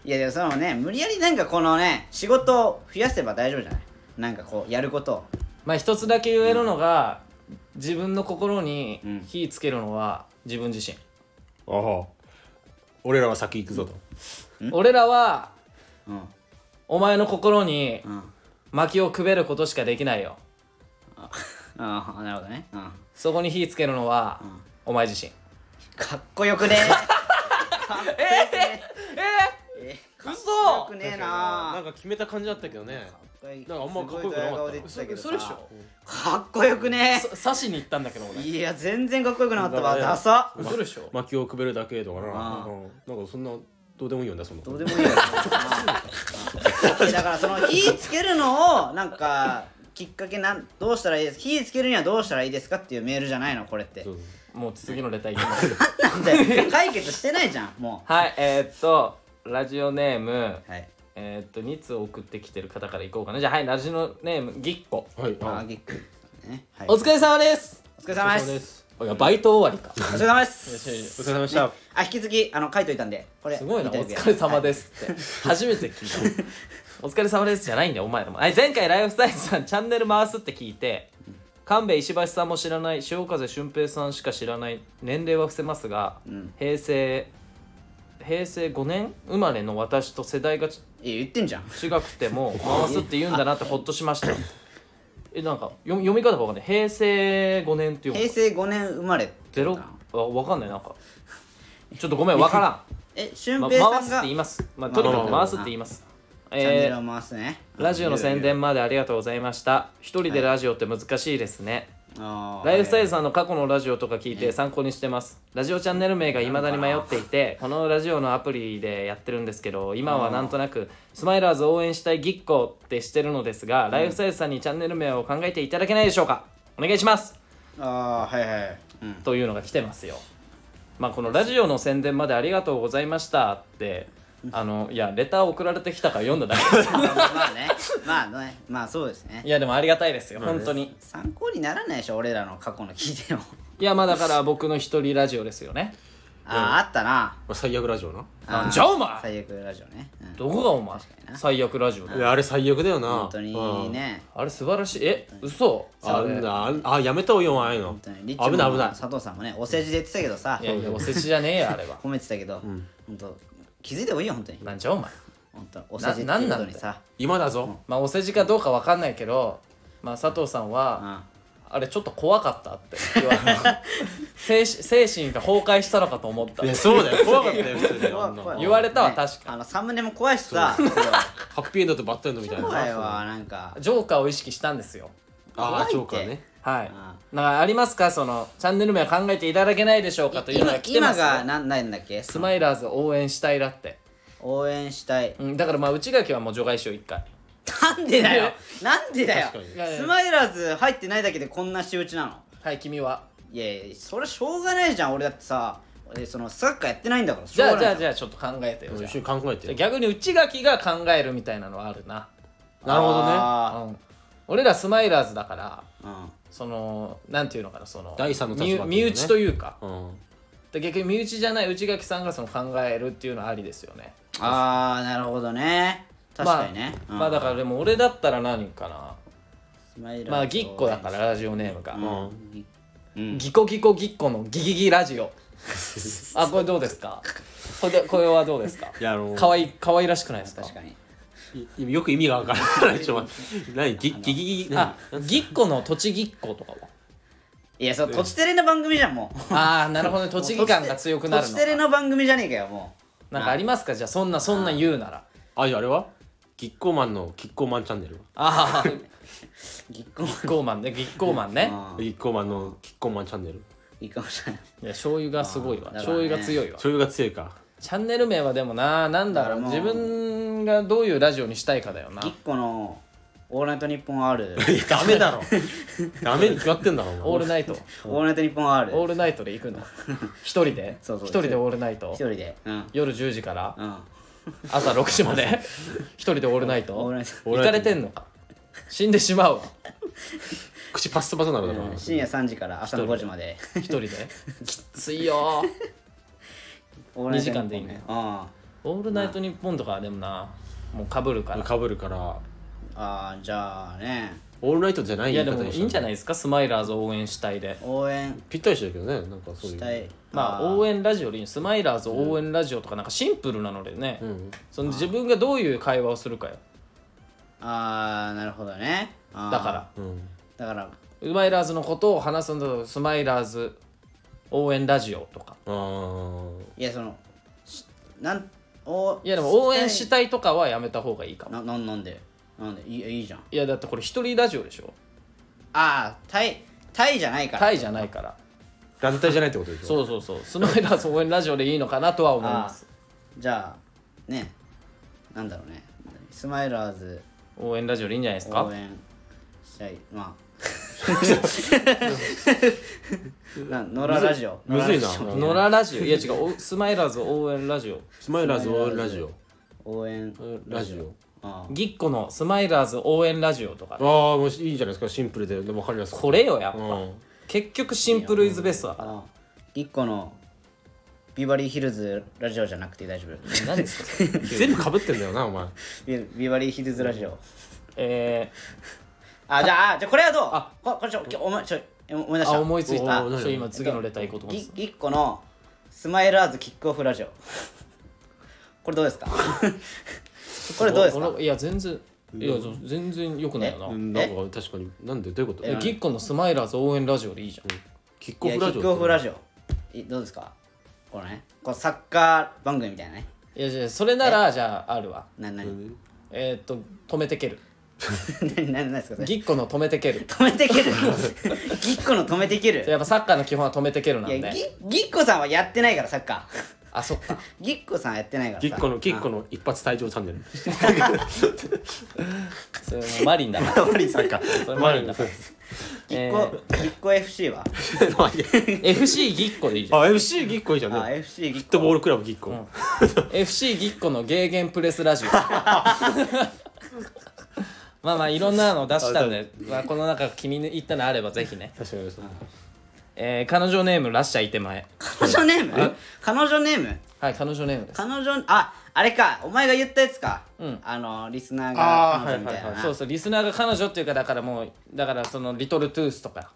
Speaker 1: いやでもそのね無理やりなんかこのね仕事を増やせば大丈夫じゃないなんかこうやることを
Speaker 2: まあ一つだけ言えるのが、自分の心に
Speaker 1: うん
Speaker 2: 火つけるのは自分自身、
Speaker 3: ああ俺らは先行くぞと
Speaker 2: 俺らは
Speaker 1: うん
Speaker 2: お前の心に
Speaker 1: うん
Speaker 2: 薪をくべることしかできないよ
Speaker 1: ああなるほどね、うん、
Speaker 2: そこに火つけるのは、お前自身
Speaker 1: かっこよ
Speaker 3: [LAUGHS]
Speaker 1: くねえええかっこよくねえ
Speaker 3: な
Speaker 1: なん
Speaker 3: か決めた感じだったけどねなんかあんまかっこよくなか
Speaker 1: すごいドヤ顔
Speaker 3: った
Speaker 1: で言ってたけどさ
Speaker 2: 嘘でしょ
Speaker 1: かっこよくね
Speaker 2: そ刺しに行ったんだけど俺
Speaker 1: いや全然かっこよくなかったわ
Speaker 3: だから
Speaker 1: ダサ
Speaker 2: 嘘でしょ
Speaker 3: 薪をくべるだけだから
Speaker 1: あ
Speaker 3: な
Speaker 1: あ
Speaker 3: うんなんかそんなどうでもいいよねその
Speaker 1: どうでもいいよだからその火つけるのをなんかきっかけなんどうしたらいいです火つけるにはどうしたらいいですかっていうメールじゃないのこれって
Speaker 3: そうそう
Speaker 2: もう次のレターいきます [LAUGHS]
Speaker 1: なんで解決してないじゃんも
Speaker 2: はいえー、っとラジオネーム
Speaker 1: うはい
Speaker 2: えー、っと2通送ってきてる方からいこうかなじゃあはいラジオネームぎっこ
Speaker 3: はい
Speaker 1: あ
Speaker 3: あ
Speaker 1: ぎっくりねはい
Speaker 2: お
Speaker 1: お疲
Speaker 2: 疲れ様です
Speaker 1: れ様
Speaker 3: そう
Speaker 1: で
Speaker 3: ですす
Speaker 2: いやバイト終わりか
Speaker 1: お疲れ様です
Speaker 3: お疲れ様でした
Speaker 1: あ引き続きあの書いといたんでこれ
Speaker 2: すごいな、お
Speaker 1: 見てて
Speaker 2: 疲れ様ですって。初めて聞いた。お疲れ様ですじゃないんだよ、お前らも。はい前回、ライフスタイルさん、チャンネル回すって聞いて、神戸石橋さんも知らない、潮風俊平さんしか知らない、年齢は伏せますが、
Speaker 1: ん
Speaker 2: 平成、平成5年生まれの私と世代がち
Speaker 1: はいいや言ってんじゃん
Speaker 2: 違くても、回すって言うんだなってほっとしました。え、なんか、読み読み方がわかんない。平成5年っていうの
Speaker 1: 平成5年生まれって
Speaker 2: ゼ
Speaker 1: こと
Speaker 2: ロ
Speaker 1: なの
Speaker 2: あ、わかんない、なんか。ちょっとごめん、わからん。
Speaker 1: え俊
Speaker 2: ま
Speaker 1: 平さん
Speaker 2: 回すって
Speaker 1: が
Speaker 2: 言い
Speaker 1: チ
Speaker 2: ます。まあ、とにかく回すって言います。
Speaker 1: ャンネ
Speaker 2: え
Speaker 1: ル
Speaker 2: ー
Speaker 1: を回すね
Speaker 2: ラジオの宣伝までありがとうございました。一人でラジオって難しいですね。ライフスタイル
Speaker 1: さ
Speaker 2: さんの過去のラジオとか聞いて参考にしてます。ラジオチャンネル名が未だに迷っていて、このラジオのアプリでやってるんですけど、今はなんとなく、スマイラーズ応援したいぎっこってしてるのですが、ライフスタイルさんにチャンネル名を考えていただけないでしょうかお願いします
Speaker 1: んああはいはいうん
Speaker 2: というのが来てますよ。まあ、このラジオの宣伝までありがとうございましたって、あの、いや、レター送られてきたから読んだだけです。
Speaker 1: まあまあねまあねまあそうですね
Speaker 2: [LAUGHS] いや、でもありがたいですよ、本当に。
Speaker 1: 参考にならないでしょ俺らの過去の聞いても
Speaker 2: いや、まあだから僕の一人ラジオですよね。
Speaker 1: あああったな
Speaker 3: まあ最悪ラジオな
Speaker 1: あー
Speaker 2: じゃあお前
Speaker 1: 最悪ラジオねうん
Speaker 2: どこがお前、最悪ラジオだ
Speaker 3: いやあれ最悪だよな
Speaker 1: 本当にね
Speaker 2: あれ素晴らしい。え、嘘
Speaker 3: あ
Speaker 2: あれ
Speaker 3: んなあんあやめた方がいいよお前ああいうの
Speaker 1: 本当にリッチも
Speaker 3: 危ない危ない
Speaker 1: 佐藤さんもねお世辞で言ってたけどさ
Speaker 2: いやいや、おせちじゃねえよ、あれは。
Speaker 1: 褒めてたけど本当気づいてもいいよ本当に
Speaker 2: なんじゃお前。
Speaker 1: 本当お世辞って
Speaker 2: ななん
Speaker 1: こ
Speaker 2: なん
Speaker 1: と
Speaker 2: だ
Speaker 1: にさ
Speaker 3: 今だぞ
Speaker 2: まあ、お世辞かどうかわかんないけど、まあ、佐藤さん
Speaker 1: う
Speaker 2: は、
Speaker 1: ん
Speaker 2: あれちょっと怖かったって言われ [LAUGHS] た精神精神が崩壊したのかと思った
Speaker 3: い。やそ
Speaker 1: [LAUGHS]
Speaker 3: うだよ怖かったよ普通にあんな
Speaker 1: 怖い
Speaker 2: 言われたわ
Speaker 1: ね
Speaker 2: 確か
Speaker 1: あのサムネも怖いしさそう
Speaker 2: [LAUGHS]
Speaker 3: ハッピーエンドとバッドエンドみたいな
Speaker 1: 怖いわなんか
Speaker 2: ジョーカーを意識したんですよ。
Speaker 3: あ
Speaker 1: 怖いっ
Speaker 3: あ
Speaker 1: て
Speaker 3: ジョーカーね
Speaker 2: はい。
Speaker 1: あ
Speaker 2: なんかありますかその、チャンネル名考えていただけないでしょうかというのが来てま
Speaker 1: 今
Speaker 2: すよ。
Speaker 1: がなんなんだっけ
Speaker 2: スマイラーズ応援したいだって。
Speaker 1: 応援したい
Speaker 2: うん、だからまあ、内垣はもう除外しよう、一回。
Speaker 1: なんでだよなんでだよ
Speaker 3: 確かに
Speaker 1: スマイラーズ入ってないだけでこんな仕打ちなの
Speaker 2: はい、君は。
Speaker 1: いやいやそれしょうがないじゃん俺だってさ俺そのサッカーやってないんだからし
Speaker 2: じ
Speaker 1: ょう
Speaker 2: ゃあ、
Speaker 1: が
Speaker 2: じゃ
Speaker 1: な
Speaker 2: あ、
Speaker 1: い
Speaker 2: じゃあ、ちょっと考えてよ。じゃあ
Speaker 3: 一緒に考えてよ
Speaker 2: 逆に内垣が考えるみたいなのはあるな、
Speaker 3: なるほどね
Speaker 1: あ
Speaker 2: うん、俺らスマイラーズだから
Speaker 1: ーうん
Speaker 2: そのなんていうのかなその
Speaker 3: 第三の立場っていうのね
Speaker 2: 身身内というか
Speaker 3: うん
Speaker 2: で逆に身内じゃない内垣さんがその考えるっていうのはありですよね
Speaker 1: あーなるほどね確かにね
Speaker 2: まあまあだからでも俺だったら何かなまあぎ
Speaker 1: ぎ
Speaker 2: っこだからラジオネームが、
Speaker 1: うんうん
Speaker 2: ぎこぎこぎっこのギギギラジオあこれどうですかこれでこれはどうですか
Speaker 3: いやあの
Speaker 2: かわいいかわいらしくないですか
Speaker 1: 確かに
Speaker 3: いよく意味がわからないちょっと待って何ギギギギ何
Speaker 2: あぎっこの栃木っ子とかはい
Speaker 1: やそうとちテレの番組じゃんもう
Speaker 2: ああなるほどね栃木感が強くなる
Speaker 1: と
Speaker 2: の
Speaker 1: ち
Speaker 2: か
Speaker 1: テレの番組じゃねえかよも
Speaker 2: なんかありますかじゃあそんなそんな言うなら
Speaker 3: あじゃああれはキッコーマンのキッコーマンチャンネル
Speaker 2: ああ
Speaker 1: うぎっこも
Speaker 2: ギッコーマンねギッコーマンね
Speaker 1: うん
Speaker 3: キッコーマンのキッコーマンチャンネル
Speaker 1: いいかもしれない
Speaker 2: いや醤油がすごいわ
Speaker 1: あーだからね
Speaker 2: 醤油が強いわ
Speaker 3: 醤油が強いか
Speaker 2: チャンネル名はでもななんだろう
Speaker 1: だからも
Speaker 2: 自
Speaker 1: う
Speaker 2: 分がどういうラジオにしたいかだよな
Speaker 1: ぎっこの「オールナイトニッポン R
Speaker 3: いやダメだろ [LAUGHS] ダメに決まってんだろ
Speaker 2: オー
Speaker 3: お前
Speaker 2: ルナイト」
Speaker 1: オールナイトニッポン R
Speaker 2: オールナイトで
Speaker 1: [LAUGHS]
Speaker 2: 行くの一人で
Speaker 1: そうそう
Speaker 2: 一人でオールナイト
Speaker 1: 一人でうん
Speaker 2: 夜10時から
Speaker 1: うん
Speaker 2: 朝6時まで一人でオールナイト
Speaker 1: オールナイト
Speaker 2: 行かれてんのか死んでしまうわ
Speaker 3: 口パスタパスタなるだろ
Speaker 1: 深夜3時から朝の5時まで
Speaker 2: 一人
Speaker 1: [LAUGHS]
Speaker 2: できついよ
Speaker 1: オールナイトニッポン
Speaker 2: 二時間でいいね
Speaker 1: うんあ
Speaker 2: オールナイトニッポンとかはでもなもうかぶるから
Speaker 3: かぶるから
Speaker 1: あじゃあね
Speaker 3: オールナイトじゃない
Speaker 2: いやでも
Speaker 3: 言方
Speaker 2: いいんじゃ
Speaker 3: な
Speaker 2: な
Speaker 3: い
Speaker 2: いですかスマイラーズ応援したいで
Speaker 1: 応援
Speaker 3: ぴったりしてるけどねなんかそういう
Speaker 1: したい
Speaker 2: まあ応援ラジオでいいスマイラーズ応援ラジオとかなんかシンプルなのでね、
Speaker 3: うん
Speaker 2: その自分がどういう会話をするかよ
Speaker 1: あーなるほどねあー
Speaker 2: だから
Speaker 3: うん
Speaker 1: だから
Speaker 2: スマイラーズのことを話すんだとスマイラーズ応援ラジオとか
Speaker 3: あー
Speaker 1: いやそのしなんお
Speaker 2: いやでも応援したたいとかはやめた方がいいかも
Speaker 1: なななんでなんでいいいいじゃん
Speaker 2: いやだってこれ一人ラジオでしょ
Speaker 1: ああタイタイじゃないから
Speaker 2: タイじゃないから
Speaker 3: 団体じゃないってことでしょ
Speaker 2: そうそうそうスマイラーズ応援ラジオでいいのかなとは思います
Speaker 1: じゃあねなんだろうねスマイラーズ
Speaker 2: 応援ラジオでいいんじゃないですか
Speaker 1: 応援したいまあ [LAUGHS] な野良ラジオ
Speaker 3: むずいな
Speaker 1: 野良ラジオ
Speaker 2: 野良ラジオいや違うおスマイラーズ応援ラジオ
Speaker 3: スマイラーズオールラジオ
Speaker 1: 応援
Speaker 3: ラジオ
Speaker 1: ああ
Speaker 2: ぎっこのスマイラーズ応援ラジオとか
Speaker 3: ああもういいんじゃないですかシンプルででも分かりやすく
Speaker 2: これよやっぱ、
Speaker 3: うん
Speaker 2: 結局シンプルイズベストだから
Speaker 1: あ一個のビバリーヒルズラジオじゃなくて大丈夫
Speaker 2: 何ですか
Speaker 3: 全部かぶってんだよなお前
Speaker 1: [LAUGHS] ビビバリーヒルズラジオ
Speaker 2: え
Speaker 1: あじゃああじゃあこれはどう
Speaker 2: あ
Speaker 1: ここれちょちょお前ちょ思い出し
Speaker 2: ー、
Speaker 1: た
Speaker 2: あ思いついた
Speaker 1: お
Speaker 2: ち
Speaker 1: ー
Speaker 2: ょ
Speaker 3: 何
Speaker 2: っと今次のレター行こうと思って
Speaker 1: ぎ一個のスマイラーズキックオフラジオ [LAUGHS] これどうですか [LAUGHS] これどうですか
Speaker 2: いや全然いや全然よくないよ
Speaker 3: う
Speaker 2: なん
Speaker 3: なんか確かになんでどういうこと
Speaker 2: えぎっこのスマイラーズ応援ラジオでいいじゃん
Speaker 3: キック
Speaker 1: い
Speaker 3: オ
Speaker 1: や
Speaker 3: フ
Speaker 1: キ
Speaker 3: ラジオ
Speaker 1: ックオフラジオいどうですかこのねこのサッカー番組みたいなね
Speaker 2: いやじゃあそれならじゃああるわ
Speaker 1: なな [LAUGHS] に
Speaker 2: えーっと止めてける
Speaker 1: 何何ですかそれ
Speaker 2: ぎっこの止めてける
Speaker 1: 止めてける [LAUGHS] ぎっこの止めてける
Speaker 2: やっぱサッカーの基本は止めてけるなん
Speaker 1: いやぎ
Speaker 2: で
Speaker 1: ぎっこさんはやってないからサッカー [LAUGHS]
Speaker 2: あそっ [LAUGHS] か
Speaker 1: ぎっこさんはやってないからさ
Speaker 3: キッコのキッコの一発退場チャンネル
Speaker 2: それマリンだからマリンサッカー [LAUGHS] それマリンだから
Speaker 1: ぎっこ、ぎっこ FC は
Speaker 2: FC ぎっこでいいじゃん [LAUGHS]
Speaker 3: [LAUGHS] あ FC ギッコいいじゃんね
Speaker 1: あ FC ぎっ
Speaker 3: フットボー
Speaker 1: こ
Speaker 3: ルクラブギッコ、
Speaker 2: FC ぎっこのゲーゲンプレスラジオ [LAUGHS] まあまあいろんなの出したん [LAUGHS] で、まあ、この中気に入ったのあればぜひね、
Speaker 3: 確かにそう
Speaker 2: えー彼女ネームラッシャーいて前
Speaker 1: 彼女ネーム彼女ネーム
Speaker 2: はい彼女ネームです
Speaker 1: 彼女ああれかお前が言ったやつか、
Speaker 2: うん
Speaker 1: あのリスナーが
Speaker 3: あー
Speaker 1: 彼女みたいな
Speaker 3: はいはいはい
Speaker 2: そうそうリスナーが彼女っていうかだからもうだからそのリトルトゥースとか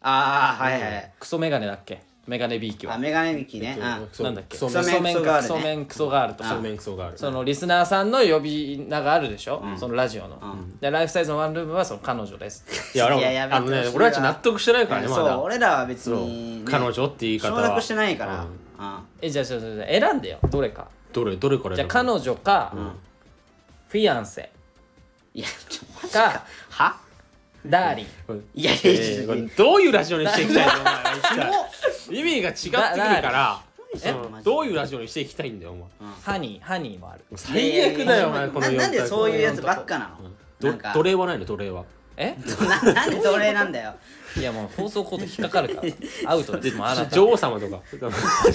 Speaker 1: ああはいはい、
Speaker 2: クソメガネだっけメガネビーキ
Speaker 1: あ
Speaker 2: は
Speaker 1: メガネ引きね、うん
Speaker 2: なんだっけ
Speaker 3: クソ
Speaker 1: メン
Speaker 2: メン
Speaker 1: クソガールね
Speaker 2: クソメンクソガールとか
Speaker 3: 面クソがある
Speaker 2: そのリスナーさんの呼び名があるでしょ、そのラジオの、でライフサイズのワンルームはその彼女です
Speaker 3: いや
Speaker 1: いややめて
Speaker 3: あの
Speaker 1: ほしい
Speaker 3: ね
Speaker 1: わ
Speaker 3: 俺たち納得してないからねま
Speaker 1: そう
Speaker 3: だ
Speaker 1: 俺らは別
Speaker 3: そう
Speaker 1: に、ね、
Speaker 3: 彼女って言い方
Speaker 1: 承
Speaker 3: は
Speaker 1: 諾してないから、
Speaker 3: うん
Speaker 1: あ
Speaker 2: えじゃあじゃあじゃあじゃあ選んでよどれか
Speaker 3: どれどれから
Speaker 2: じゃ
Speaker 3: 選
Speaker 2: あ
Speaker 3: ぶ
Speaker 2: 彼女か、フィアンセ
Speaker 1: いやちょっと待って
Speaker 2: か
Speaker 1: は
Speaker 2: ダーリン
Speaker 1: いやいやいや
Speaker 3: えー
Speaker 1: い
Speaker 3: こ
Speaker 1: や
Speaker 3: れ
Speaker 1: いや
Speaker 3: どういうラジオにしていきた
Speaker 1: [LAUGHS]
Speaker 3: いのお前意味が違ってくるから
Speaker 1: だ
Speaker 3: うん
Speaker 1: マジで
Speaker 3: どういうラジオにしていきたいんだよお前
Speaker 2: ハニーハニーもある
Speaker 3: 最悪だよお
Speaker 1: いやいやいや
Speaker 3: 前この
Speaker 1: な
Speaker 3: 4
Speaker 1: なんでそういうやつばっ
Speaker 3: か
Speaker 1: かなの、
Speaker 3: ど
Speaker 1: なんか
Speaker 3: 奴隷はないの奴隷は
Speaker 2: え
Speaker 1: ななんで奴隷なんだよ
Speaker 2: いやもう放送コード引っかかるからアウトですもうあなた
Speaker 3: 女王様とか
Speaker 1: ち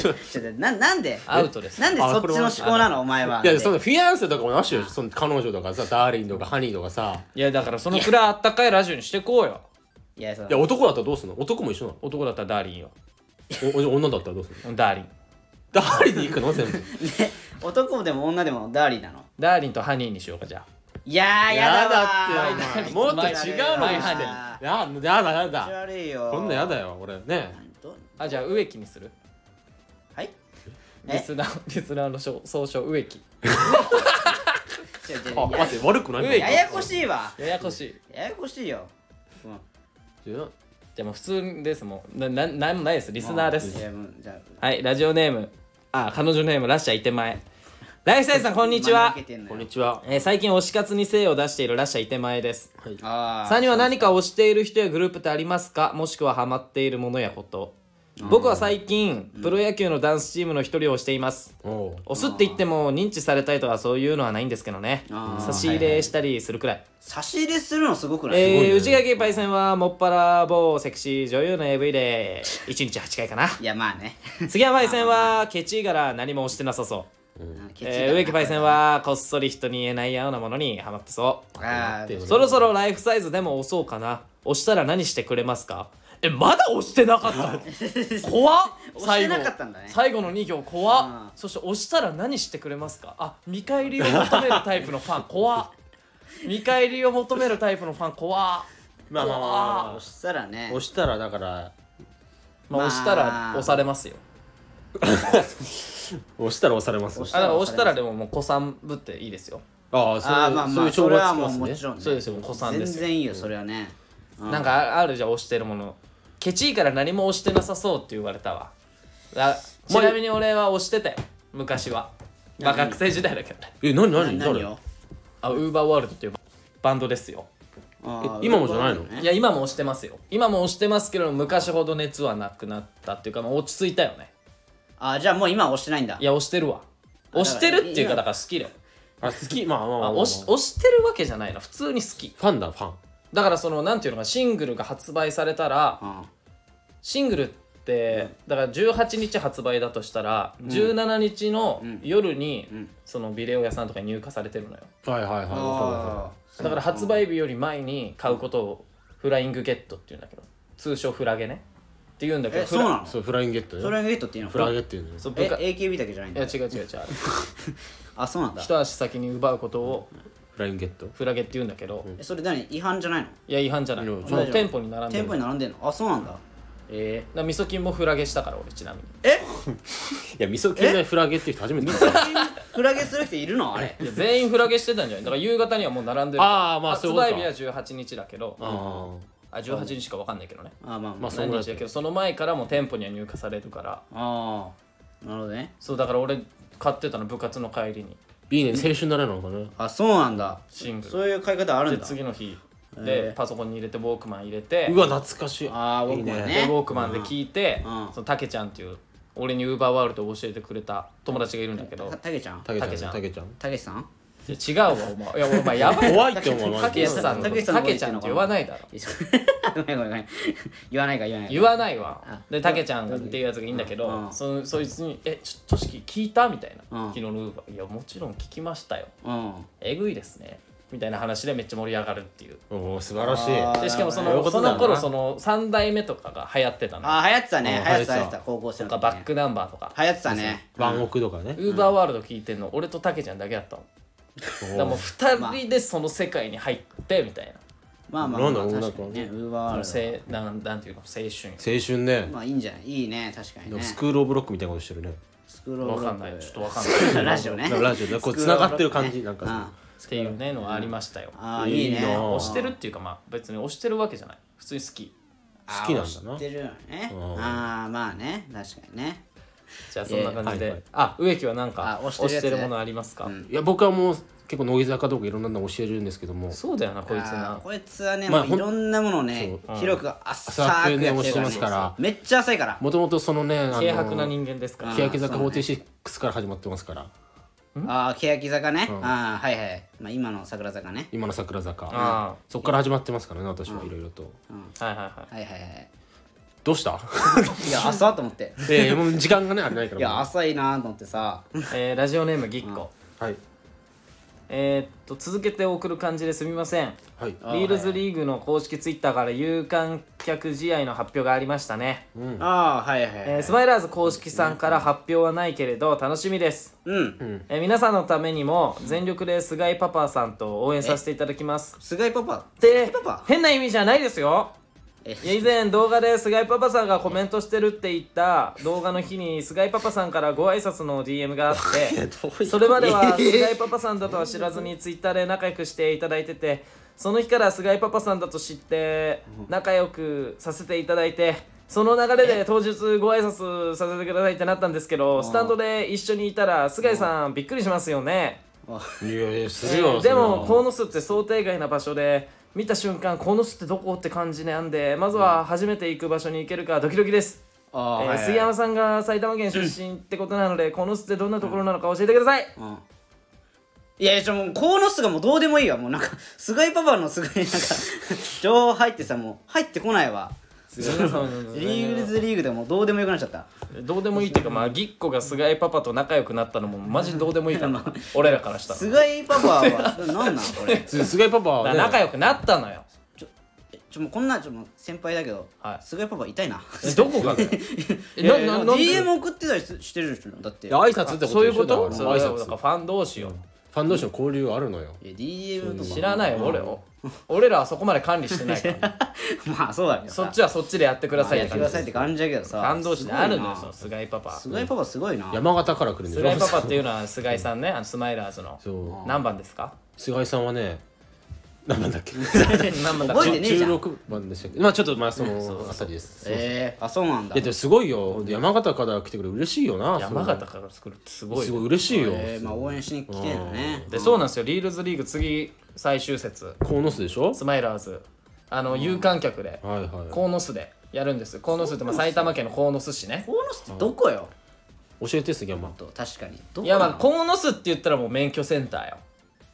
Speaker 1: ょっとななんで
Speaker 2: アウトです
Speaker 1: なんでそっちの思考なのお前はい
Speaker 3: やそのフィアンセとかもなしよその彼女とかさダーリンとかハニーとかさ
Speaker 2: いやだからそのくらいあったかいラジオにしてこうよ
Speaker 1: いやその
Speaker 3: いや男だったらどうすんの男も一緒なの
Speaker 2: 男だったらダーリンよ
Speaker 3: おお女だったらどうすんの
Speaker 2: ダーリン
Speaker 3: ダーリンで行くの全部
Speaker 1: ね男でも女でもダーリンなの
Speaker 2: ダーリンとハニーにしようかじゃ
Speaker 1: いやーやだわー
Speaker 3: ってお
Speaker 1: [LAUGHS]
Speaker 3: 前もっと違うのにしてやだやだや
Speaker 1: 気持ち
Speaker 3: だ
Speaker 1: 悪いよ
Speaker 3: こんなんやだよ俺ね
Speaker 1: ど
Speaker 2: ああじゃあ植木にする
Speaker 1: はい
Speaker 2: リスナー [LAUGHS] リスナーのしょ総称植木
Speaker 1: ちょちょ
Speaker 3: あ
Speaker 1: ちょ
Speaker 3: 待って悪くない
Speaker 2: 上
Speaker 1: いやややこしいわ
Speaker 2: ややこしい
Speaker 1: ややこしいようん
Speaker 3: いや
Speaker 2: じゃあもう普通ですもうなななんもないですリスナーです
Speaker 1: いやもうじゃあ
Speaker 2: はいラジオネームあ彼女ネームラッシャーいてまえライフサイズさんこんにち
Speaker 1: 間
Speaker 2: は
Speaker 1: 抜けてんのよ
Speaker 3: こんにちは
Speaker 2: えー最近推し活に精を出しているラッシャーいてまえです
Speaker 1: あ
Speaker 2: 3人は何か推している人やグループってありますかもしくはハマっているものやこと僕は最近プロ野球のダンスチームの一人をしています
Speaker 3: おう
Speaker 2: 推すって言っても認知されたいとかそういうのはないんですけどね
Speaker 1: あー
Speaker 2: 差し入れしたりするくらい
Speaker 1: 差し入れするのすごくない、
Speaker 2: えー内垣パイセンはもっぱら某セクシー女優の AV で1日8回かな
Speaker 1: いやまあね
Speaker 2: 杉山パイセンはケチいから何も推してなさそう
Speaker 1: ケチだな
Speaker 2: えー、植木パイセンはこっそり人に言えないようなものにハマってそ
Speaker 1: あ
Speaker 3: っていう
Speaker 1: ー
Speaker 2: う
Speaker 3: ね
Speaker 2: そろそろライフサイズでも押そうかな押したら何してくれますかえまだ押してな
Speaker 1: [LAUGHS]
Speaker 2: かったの怖っ
Speaker 1: 押してなかったんだね
Speaker 2: 最後の2行怖っそして押したら何してくれますかあ見返りを求めるタイプのファン怖っ見返りを求めるタイプのファン怖っ
Speaker 3: まあまあまあまあま
Speaker 1: そ
Speaker 3: あ
Speaker 1: したらね
Speaker 3: 押したらだから
Speaker 2: まあ、
Speaker 1: まあ
Speaker 2: 押したら押されますよ
Speaker 3: 押したら押されますよ
Speaker 1: 押し
Speaker 2: あだから押したらでももう子さんぶっていいですよ
Speaker 3: ああそう
Speaker 1: あーまあ
Speaker 3: そう
Speaker 1: ま
Speaker 3: い
Speaker 1: あ
Speaker 3: う調
Speaker 1: それは
Speaker 3: がつき
Speaker 1: も
Speaker 3: ま
Speaker 1: う
Speaker 3: す
Speaker 1: も
Speaker 3: ね
Speaker 1: ちろんね
Speaker 2: そうですよ子さんですよ
Speaker 1: 全然いいよそれはね
Speaker 2: なんかああるじゃん押してるものケチいから何も押してなさそうって言われたわあちなみに俺は押してたよ昔は、まあ、学生時代だけどね
Speaker 3: え何
Speaker 1: な
Speaker 3: 何誰
Speaker 1: 何を
Speaker 2: あウーバーワールドっていうバンドですよ
Speaker 1: あー
Speaker 3: 今もじゃないの
Speaker 2: いや今も押してますよ今も押してますけど昔ほど熱はなくなったっていうか、まあ、落ち着いたよね
Speaker 1: あじゃあもう今は押してないんだ
Speaker 2: いや押してるわ押してるっていうかだから好きだよ
Speaker 3: あ好きまあまあまあま
Speaker 2: あ
Speaker 3: あ
Speaker 2: 押し押してるわけじゃないな普通に好き
Speaker 3: ファンだファン
Speaker 2: だからそのなんていうのかシングルが発売されたら
Speaker 1: うん
Speaker 2: シングルってだから18日発売だとしたら17日の夜にそのビデオ屋さんとかに入荷されてるのよ
Speaker 3: はいはいはいわかるわ
Speaker 1: あ
Speaker 2: だから発売日より前に買うことをフライングゲットっていうんだけど通称フラゲねって言うんだ
Speaker 1: ー
Speaker 2: けど
Speaker 1: えそう
Speaker 2: フラ
Speaker 1: な
Speaker 3: ー
Speaker 1: の
Speaker 3: そうフライングゲットね
Speaker 1: それがゲットっていうの
Speaker 3: フライングゲットいうのね
Speaker 2: そう部
Speaker 1: え
Speaker 2: 下い
Speaker 1: AKB だけじゃないんだ
Speaker 2: や違う違う違うあれ
Speaker 1: あそうなんだ
Speaker 2: 一足先に奪うことを
Speaker 3: フライングゲット
Speaker 2: フラゲって言うんだけど
Speaker 1: えそれ何違反じゃないの
Speaker 2: いや違反じゃない
Speaker 3: いや
Speaker 2: その店舗に並んで
Speaker 1: 店
Speaker 2: る
Speaker 1: 舗に並んでんのあそうなんだ
Speaker 2: えー、だみそきんもフラゲしたから俺ちなみに
Speaker 1: え
Speaker 3: いや味噌系でフラゲっていう人初めて見 [LAUGHS] た
Speaker 1: フラゲする人いるのあれ
Speaker 2: いや全員フラゲしてたんじゃないだから夕方にはもう並んでる
Speaker 3: あーまあそう
Speaker 2: 発
Speaker 3: いうこと
Speaker 2: 売
Speaker 3: か
Speaker 2: 日は18日だけどあ
Speaker 3: あ
Speaker 2: 18日か分かんないけどね
Speaker 1: あまあま
Speaker 3: ま
Speaker 1: あ
Speaker 3: あそう
Speaker 2: 何
Speaker 3: だ
Speaker 2: 日だけどその前からもう店舗には入荷されるから
Speaker 1: ああなるほどね
Speaker 2: そうだから俺買ってたの部活の帰りに
Speaker 3: あいいね青春だねなんかね
Speaker 1: あそうなんだ
Speaker 2: シングル
Speaker 1: そういう買い方ある
Speaker 2: で
Speaker 1: んだ
Speaker 2: 次の日でパソコンに入れてウォークマン入れて
Speaker 3: うわ懐かしい
Speaker 1: ああ僕も
Speaker 3: いい
Speaker 2: でウ
Speaker 1: ね
Speaker 2: ォークマンで聞いて
Speaker 1: うん
Speaker 2: そのたけちゃんっていう俺にウーバーワールドを教えてくれた友達がいるんだけど
Speaker 1: たたけちゃん
Speaker 3: たけ
Speaker 2: たけ
Speaker 3: ち
Speaker 2: ちゃ
Speaker 3: ゃん
Speaker 2: ん
Speaker 3: たけちゃん
Speaker 1: たけしさん
Speaker 2: いや違うわお前いやお前
Speaker 1: [LAUGHS]
Speaker 2: やばい
Speaker 3: 怖いって思う
Speaker 2: たけしさんの
Speaker 1: たけしさん
Speaker 2: た
Speaker 1: の
Speaker 2: けちゃんって言わないだろ
Speaker 1: いやごめんごめんごめん言わないか言わないか
Speaker 2: 言わないわ
Speaker 1: あ
Speaker 2: でたけちゃんっていうやつがいいんだけど、
Speaker 1: うん
Speaker 2: そそいつに「えちょとしき聞いた?」みたいな、
Speaker 1: うん
Speaker 2: 昨日のウーバーいやもちろん聞きましたよ
Speaker 1: うん
Speaker 2: えぐいですね」みたいな話でめっちゃ盛り上がるっていう
Speaker 3: おお素晴らしい
Speaker 1: あー
Speaker 2: でしかもそ
Speaker 1: な
Speaker 3: る
Speaker 2: の
Speaker 3: ほ
Speaker 2: そ
Speaker 3: どな
Speaker 2: の頃その3代目とかが流行ってたの
Speaker 1: ああ流行ってた
Speaker 3: う
Speaker 1: ね
Speaker 3: ん
Speaker 1: 流行ってた
Speaker 3: 流
Speaker 1: 流行っ
Speaker 3: 行ってた
Speaker 1: てた高校生
Speaker 2: と
Speaker 1: の
Speaker 2: か
Speaker 1: 時
Speaker 2: バッ
Speaker 1: ね
Speaker 2: クナンバーとか、
Speaker 1: 流行ってたね
Speaker 3: ワンオクとかね
Speaker 2: ウーバーワールド聞いてんの俺とたけちゃんだけだったの
Speaker 3: お
Speaker 2: だ
Speaker 3: ー
Speaker 2: からもう2人でその世界に入ってみたいな
Speaker 1: まあまあまあ
Speaker 3: なんだろう
Speaker 1: 確かにね
Speaker 3: なん
Speaker 1: ウーバーワールド
Speaker 2: せなんなんていうの青春
Speaker 3: 青春ね
Speaker 1: まあいいんじゃないいいね確かに
Speaker 3: でも
Speaker 1: ね
Speaker 3: スクールオブロックみたいなことしてるね
Speaker 1: スクロール
Speaker 2: わかんないちょっとわかんない
Speaker 1: ラジオね
Speaker 3: ラジオねこう繋がってる感じなんか
Speaker 1: あ
Speaker 2: っていうねのがありましたよ
Speaker 1: あーいい
Speaker 3: いいな
Speaker 1: ね
Speaker 2: 押してるっていうかまあ別に押してるわけじゃない普通に好き
Speaker 3: 好きなんだな
Speaker 1: 知ってるよね
Speaker 3: うん
Speaker 1: ああまあね確かにね
Speaker 2: じゃあそんな感じで、
Speaker 3: えーはいはい
Speaker 2: あ植木は何か
Speaker 1: あ
Speaker 2: 押
Speaker 1: 押
Speaker 2: し
Speaker 1: してるやつ
Speaker 2: てるものありますか、
Speaker 3: いや僕はもう結構乃木坂とかいろんなの教えるんですけども
Speaker 2: そうだよなこいつ
Speaker 1: あ
Speaker 2: な
Speaker 1: ーこいつはね
Speaker 3: まあ
Speaker 1: もういろんなものをね
Speaker 3: そ
Speaker 1: 広く浅くやってる
Speaker 3: 浅くね押してますから
Speaker 1: めっちゃ浅いから
Speaker 3: もともとそのねあの
Speaker 2: 軽薄な人間ですから、
Speaker 3: 欅坂46から始まってますから
Speaker 1: ああ欅坂ねああはいはいまあ今の桜坂ね
Speaker 3: 今の桜坂
Speaker 2: あ
Speaker 3: そこから始まってますからね私はいろいろと
Speaker 2: あはいはいはい
Speaker 1: はいはいはい
Speaker 3: どうした
Speaker 1: いや浅っと思って
Speaker 3: ええもう時間がねあれないか
Speaker 1: い
Speaker 3: らも
Speaker 1: や
Speaker 3: う
Speaker 1: 浅いなーと思ってさ [LAUGHS]
Speaker 2: えーラジオネームぎっこ、
Speaker 3: はい
Speaker 2: えーっと続けて送る感じですみません
Speaker 3: はい
Speaker 1: あ
Speaker 2: リールズリーグの公式ツイッターから有観客試合の発表がありましたね、
Speaker 1: ああはいはい
Speaker 2: え
Speaker 1: は
Speaker 2: ー
Speaker 1: い
Speaker 2: スマイラーズ公式さんから発表はないけれど楽しみです、
Speaker 1: うん
Speaker 2: えー皆さんのためにも全力で菅井パパさんと応援させていただきます
Speaker 1: 菅井パパ
Speaker 2: って
Speaker 1: パパ
Speaker 2: 変な意味じゃないですよ
Speaker 1: え
Speaker 2: いや以前動画で菅井パパさんがコメントしてるって言った動画の日に菅井パパさんからご挨拶の DM があってそれまでは菅井パパさんだとは知らずに Twitter で仲良くしていただいててその日から菅井パパさんだと知って仲良くさせていただいてその流れで当日ご挨拶させてくださいってなったんですけどスタンドで一緒にいたら菅井さんびっくりしますよね
Speaker 3: いやいやするよ
Speaker 2: でも
Speaker 3: こ
Speaker 2: 鴻巣って想定外な場所で見た瞬間鴻巣ってどこって感じなんでまずは初めて行く場所に行けるかドキドキです、
Speaker 1: あ
Speaker 2: え
Speaker 1: あ
Speaker 2: ー
Speaker 1: はいはい
Speaker 2: 杉山さんが埼玉県出身ってことなので鴻巣ってどんなところなのか教えてください、
Speaker 1: うんいやいやちょもうコーノスがもうどうでもいいわもうなんか菅井パパのすごいなんか情報入ってさもう入ってこないわリーグズリーグでもうどうでもよくなっちゃった
Speaker 2: どうでもいいっていうかまあぎっこが菅井パパと仲良くなったのもマジどうでもい
Speaker 1: [LAUGHS]
Speaker 2: いからな俺らからしたら
Speaker 1: 菅井パパは [LAUGHS] 何なんこれ
Speaker 3: 菅井パ
Speaker 2: だか
Speaker 3: パは
Speaker 2: ら
Speaker 3: ね
Speaker 2: 仲良くなったの
Speaker 1: [LAUGHS]
Speaker 2: よ
Speaker 1: えちょもうこんなちょもう先輩だけど、
Speaker 2: はい
Speaker 1: 菅井パパ痛いな
Speaker 2: えどこがだよえ
Speaker 1: いやい
Speaker 2: な
Speaker 1: や
Speaker 2: ななんで
Speaker 1: DM 送ってたりすしてるでしょだって
Speaker 3: いや挨拶ってことでしょ
Speaker 2: そういうこと
Speaker 3: だ
Speaker 2: そ
Speaker 3: か
Speaker 2: れ
Speaker 3: ら
Speaker 2: は
Speaker 3: 挨
Speaker 2: だから
Speaker 3: 拶
Speaker 2: ファン同士よ
Speaker 3: ファン同士の交流あるのよ
Speaker 1: いや DM とか
Speaker 2: 知らない俺お俺らはそこまで管理してないからね
Speaker 1: [LAUGHS] まあそうだけど
Speaker 2: そ
Speaker 1: さ
Speaker 2: っちはそっちでやってくださ
Speaker 1: [LAUGHS]
Speaker 2: い
Speaker 1: や
Speaker 2: っ
Speaker 1: っててく
Speaker 2: 感
Speaker 1: だ
Speaker 2: じ
Speaker 1: さいって感じだけどさ
Speaker 2: 感動してある
Speaker 1: す
Speaker 2: ん
Speaker 1: ごい
Speaker 2: で
Speaker 1: な
Speaker 2: すよ菅井パパ
Speaker 1: 菅井パパすごいな
Speaker 3: 山形から来るんでしょ
Speaker 2: 菅井パパっていうのは菅井さんねあのスマイラーズの
Speaker 3: [LAUGHS] そう
Speaker 2: 何番です
Speaker 1: [LAUGHS]
Speaker 2: か
Speaker 3: 菅井さんはね何番だっけ
Speaker 2: 何番だ
Speaker 1: 覚えてねえじゃん
Speaker 3: 16番でしたっけまあちょっとまあそのあたりですそうい
Speaker 1: えー、あそうなんだ
Speaker 3: やでもすごいよ本当山形から来てくれる嬉しいよな
Speaker 2: 山形から作るってす
Speaker 3: そ
Speaker 2: ご
Speaker 3: れ
Speaker 2: い
Speaker 3: す
Speaker 2: よ
Speaker 3: ごい嬉しいよ
Speaker 1: えー、まあ応援しに来てんのね
Speaker 2: でそうなんですよリールズリーグ次最終節
Speaker 3: 鴻巣でしょ
Speaker 2: スマイラーズあの有観客で
Speaker 3: はいは
Speaker 2: 鴻巣でやるんです鴻巣ってまあ埼玉県の鴻巣市ね
Speaker 1: コーノスってどこよ
Speaker 3: い教えて杉山
Speaker 1: と確かにどこ
Speaker 2: いやまあ
Speaker 1: なの
Speaker 2: 鴻巣って言ったらもう免許センターよ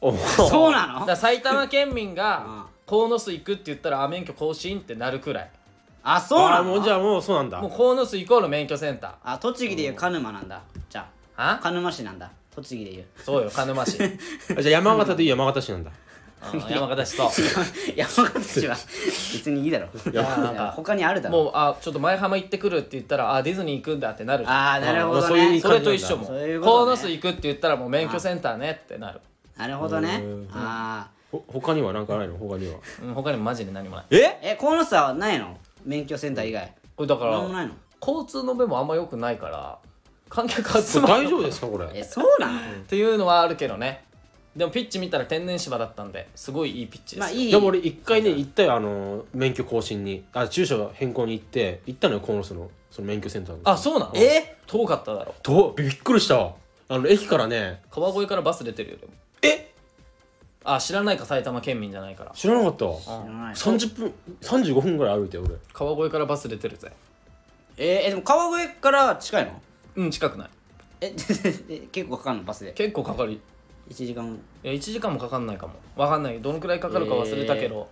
Speaker 3: [LAUGHS] お
Speaker 1: そう
Speaker 2: だ
Speaker 1: な
Speaker 2: か
Speaker 1: の
Speaker 2: ら埼玉県民が鴻巣行くって言ったらあ免許更新ってなるくらい
Speaker 1: あそう
Speaker 3: あ
Speaker 1: な
Speaker 3: ーもう
Speaker 1: の
Speaker 3: じゃあもうそうなんだ
Speaker 2: もう鴻巣イコール免許センタ
Speaker 1: あ栃木でいう鹿沼なんだじゃあ
Speaker 2: ーあ
Speaker 1: 鹿沼市なんだ栃木でいう [LAUGHS]
Speaker 2: そうよ鹿沼市う
Speaker 3: あじゃあ山形でいい山形市なんだ
Speaker 2: ん山形市そう
Speaker 1: 山形市は別にいいだろい
Speaker 2: やなんか
Speaker 1: や他にあるだろ
Speaker 2: もうあちょっと前浜行ってくるって言ったらあディズニー行くんだってなるじゃん
Speaker 1: ああなるほ
Speaker 3: まあ
Speaker 1: ど
Speaker 3: そういう
Speaker 1: ね
Speaker 2: それと一緒も
Speaker 1: そういう
Speaker 2: う
Speaker 1: ことね
Speaker 2: 鴻巣行くって言ったらもう免許センターねってなる
Speaker 1: なるほどね
Speaker 3: うん
Speaker 1: あ
Speaker 3: ほ他にはなんかないの他には
Speaker 2: うん他にもマジで何もない
Speaker 1: あ
Speaker 3: え
Speaker 1: えコーノスはないの免許センター以外
Speaker 2: これだか
Speaker 1: なんもない
Speaker 2: ら
Speaker 1: の
Speaker 2: 交通の便もあんま良くないから観客集ま
Speaker 3: 大
Speaker 2: る
Speaker 3: 丈夫ですかこれ
Speaker 1: えそうなの
Speaker 2: っていうのはあるけどねでもピッチ見たら天然芝だったんですごいいいピッチで
Speaker 1: ますあ
Speaker 2: よ、
Speaker 1: いい
Speaker 3: でも俺一回ね行ったよあの免許更新にあ住所変更に行って行ったのよ鴻巣のその免許センターの
Speaker 2: あそうなの
Speaker 1: え
Speaker 2: 遠かっただろ
Speaker 3: とびっくりしたわあの駅からね
Speaker 2: 川越からバス出てるよでも
Speaker 3: え
Speaker 2: あ知らないか埼玉県民じゃないから
Speaker 3: 知らなかった
Speaker 1: 知らない
Speaker 3: 30分35分ぐらい歩いて俺
Speaker 2: 川越からバス出てるぜ
Speaker 1: えー、えでも川越から近いの
Speaker 2: うん近くない
Speaker 1: え結構かかるのバスで
Speaker 2: 結構かかるい
Speaker 1: 1時間
Speaker 2: や1時間もかかんないかもわかんないどのくらいかかるか忘れたけど、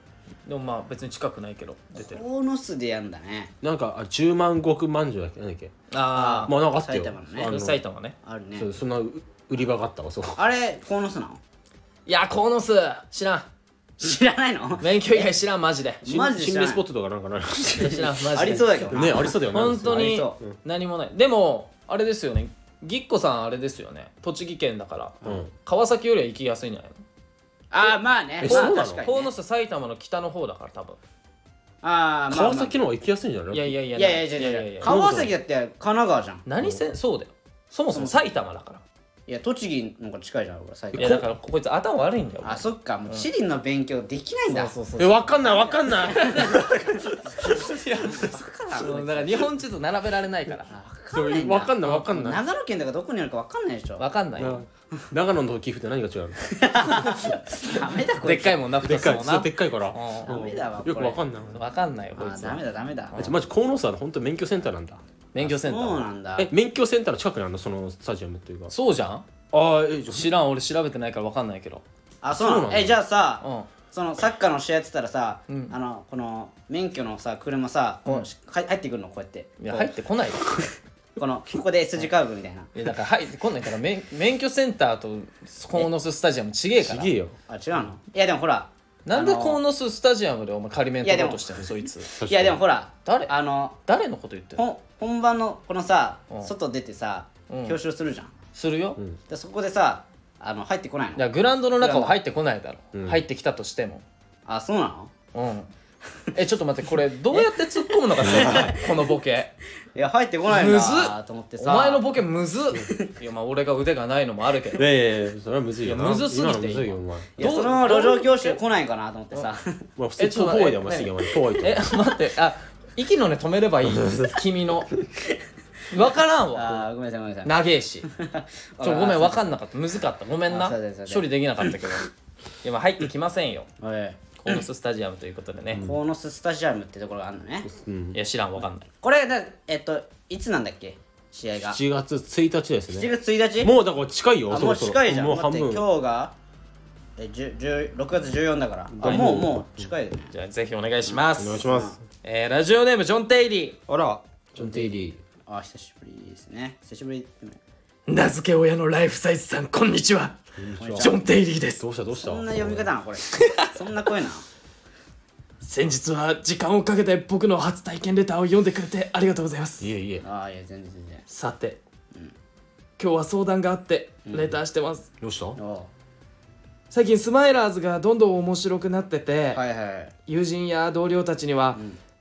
Speaker 2: でもまあ別に近くないけど出てる
Speaker 1: コーノスでやんだね
Speaker 3: なんかあ10万石まんじゅうだっけなんだっけ
Speaker 2: ああ
Speaker 3: まあなんかあったよ
Speaker 1: 埼玉のね
Speaker 2: あ
Speaker 3: あの
Speaker 2: の埼玉ね
Speaker 1: あるね
Speaker 3: そうそんなう売り場があったわそう
Speaker 1: あれコーノスなの
Speaker 2: いや鴻巣知らん
Speaker 1: 知らないの
Speaker 2: 免許以外知らんマジで
Speaker 1: 知マジで知らな
Speaker 3: 心霊
Speaker 1: い
Speaker 3: スポットとかなんかないの
Speaker 2: 知らんマジで
Speaker 1: ありそうだけどな
Speaker 3: ねありそうだよね
Speaker 2: 本当
Speaker 1: あり
Speaker 2: に
Speaker 1: そ
Speaker 2: 何もないでもあれですよねぎっこさんあれですよね栃木県だから、
Speaker 3: うん
Speaker 2: 川崎よりは行きやすいんじゃないの
Speaker 1: ああまあね
Speaker 3: え
Speaker 1: まあ
Speaker 3: そうなの
Speaker 1: 確かにね
Speaker 2: 鴻巣埼玉の北の方だから多分
Speaker 1: ああまあまあ
Speaker 3: 川崎の方が行きやすいんじゃない
Speaker 2: いやいやいや
Speaker 1: いやいや違う違う違う川崎だって神奈川じゃん
Speaker 2: 何せそうだよそもそも埼玉だから
Speaker 1: いや栃木の方が近いじゃん俺埼
Speaker 2: いや
Speaker 1: 玉
Speaker 2: だからこいつ頭悪いんだよ
Speaker 1: あそっかもう地理の勉強できないんだ
Speaker 2: そうそう
Speaker 3: えわかんないわかんない
Speaker 2: そうだから日本地図並べられないから
Speaker 1: 分かんないんだ
Speaker 3: わかんないわかんない
Speaker 1: 長野県だからどこにあるか分かんないでしょ
Speaker 2: わかんない
Speaker 3: な
Speaker 2: よ
Speaker 3: 長野と岐阜って何が違うの
Speaker 1: ダメだこ
Speaker 2: で
Speaker 1: れ
Speaker 2: っかいもんな2
Speaker 3: でっ
Speaker 2: つ
Speaker 3: かい
Speaker 2: も
Speaker 3: そう
Speaker 2: な
Speaker 3: でっかいからよ
Speaker 1: ダメだわこれ
Speaker 3: くわかんない
Speaker 2: うんわかんないよこい
Speaker 1: あ
Speaker 2: つ
Speaker 1: ダメだダメだ
Speaker 3: あちょマジコウノスは本当免許センターなんだ
Speaker 2: 免許センタ
Speaker 1: そう
Speaker 2: ー
Speaker 1: なんだ
Speaker 3: え免許センターの近くにあるのそのスタジアムっていうか
Speaker 2: そうじゃん
Speaker 3: ああえじゃ
Speaker 2: 知らん俺調べてないからわかんないけど
Speaker 1: あそうな
Speaker 3: そうな
Speaker 1: の
Speaker 3: んだ
Speaker 1: えじゃあさ、
Speaker 2: うん
Speaker 1: そのサッカーの試合やってたらさ、あのこの免許のさ車さこう、し入入ってくるのこうやって
Speaker 2: いや入ってこないよ
Speaker 1: このここで S 字カーブみたいない
Speaker 2: やだから入ってこんないから免免許センターと鴻巣スタジアムちげえか
Speaker 3: あ
Speaker 2: ら
Speaker 3: ちげえよ
Speaker 1: あ違うのいやでもほら
Speaker 2: なんで
Speaker 1: あのー
Speaker 2: 鴻巣スタジアムでお前仮免取ろうとしてんのそいつ
Speaker 1: いやでもほら
Speaker 2: 誰
Speaker 1: あの
Speaker 2: 誰のこと言ってん
Speaker 1: ほ
Speaker 2: の
Speaker 1: ん本番のこのさ、
Speaker 2: うん
Speaker 1: 外出てさ、
Speaker 2: ん
Speaker 1: 表彰するじゃん
Speaker 2: するよ、い
Speaker 1: でそこでさあの入ってこないの
Speaker 2: やグラウンドの中は入ってこないだろ、入ってきたとしても
Speaker 1: あそうなの
Speaker 2: うんえちょっと待ってこれどうやって突っ込むのが正解このボケ
Speaker 1: いや入ってこないん
Speaker 2: むず
Speaker 1: だ
Speaker 2: っ
Speaker 1: と思って
Speaker 2: お
Speaker 1: さ
Speaker 2: 前のボケむずっいやまあ俺が腕がないのもあるけど
Speaker 3: いやいやいやそれはむずいよない
Speaker 2: やむずすぎて
Speaker 3: 今のむずいよお前
Speaker 1: いや
Speaker 2: どう
Speaker 1: その路上教習来ないかなと思ってさ
Speaker 3: まあ普通
Speaker 2: えちょっと
Speaker 3: 遠いでお
Speaker 2: え
Speaker 3: 前杉山遠い
Speaker 2: え
Speaker 3: と
Speaker 2: 待ってあ息のね止めればいいよ君の分からんわ
Speaker 1: あーごめんなさいごめんなさい
Speaker 2: 長えしちょごめん分かんなかったむずかったごめんな
Speaker 1: あそうだよそうだよ
Speaker 2: 処理できなかったけど今入ってきませんよ
Speaker 1: おい
Speaker 2: コーススタジアムということでね、
Speaker 1: コーノススタジアムってところがあるのね
Speaker 3: うん
Speaker 2: いや知らんわかんない
Speaker 1: これだえっといつなんだっけ試合が7
Speaker 3: 7月1日ですね
Speaker 1: 月1日
Speaker 3: もうだから近いよ
Speaker 1: あ
Speaker 3: そ
Speaker 1: も
Speaker 3: ろ
Speaker 1: う
Speaker 3: そろ
Speaker 1: 近いじゃん
Speaker 3: もう
Speaker 1: 待っ
Speaker 3: 半
Speaker 1: て
Speaker 3: 分
Speaker 1: 今日がえ10 10 6月14だからあもうもう近いよね
Speaker 2: じゃあぜひお願いします
Speaker 3: お願いします
Speaker 2: えーラジオネームジョン・テイリ
Speaker 3: あらジョン・テイリー
Speaker 1: あ久しぶりですね久しぶりでも
Speaker 2: ー名付け親のライフサイズさんこんにちはジョン・テイリーです
Speaker 3: どうしたどうした
Speaker 1: そんな読み方なのこれそんな声なの
Speaker 2: 先日は時間をかけて僕の初体験レターを読んでくれてありがとうございます
Speaker 3: いえいえ
Speaker 1: ああいや全然全然
Speaker 2: さて、今日は相談があってレターしてます、
Speaker 3: どうした
Speaker 1: おう
Speaker 2: 最近スマイラーズがどんどん面白くなってて、
Speaker 1: はいはい
Speaker 2: 友人や同僚たちには、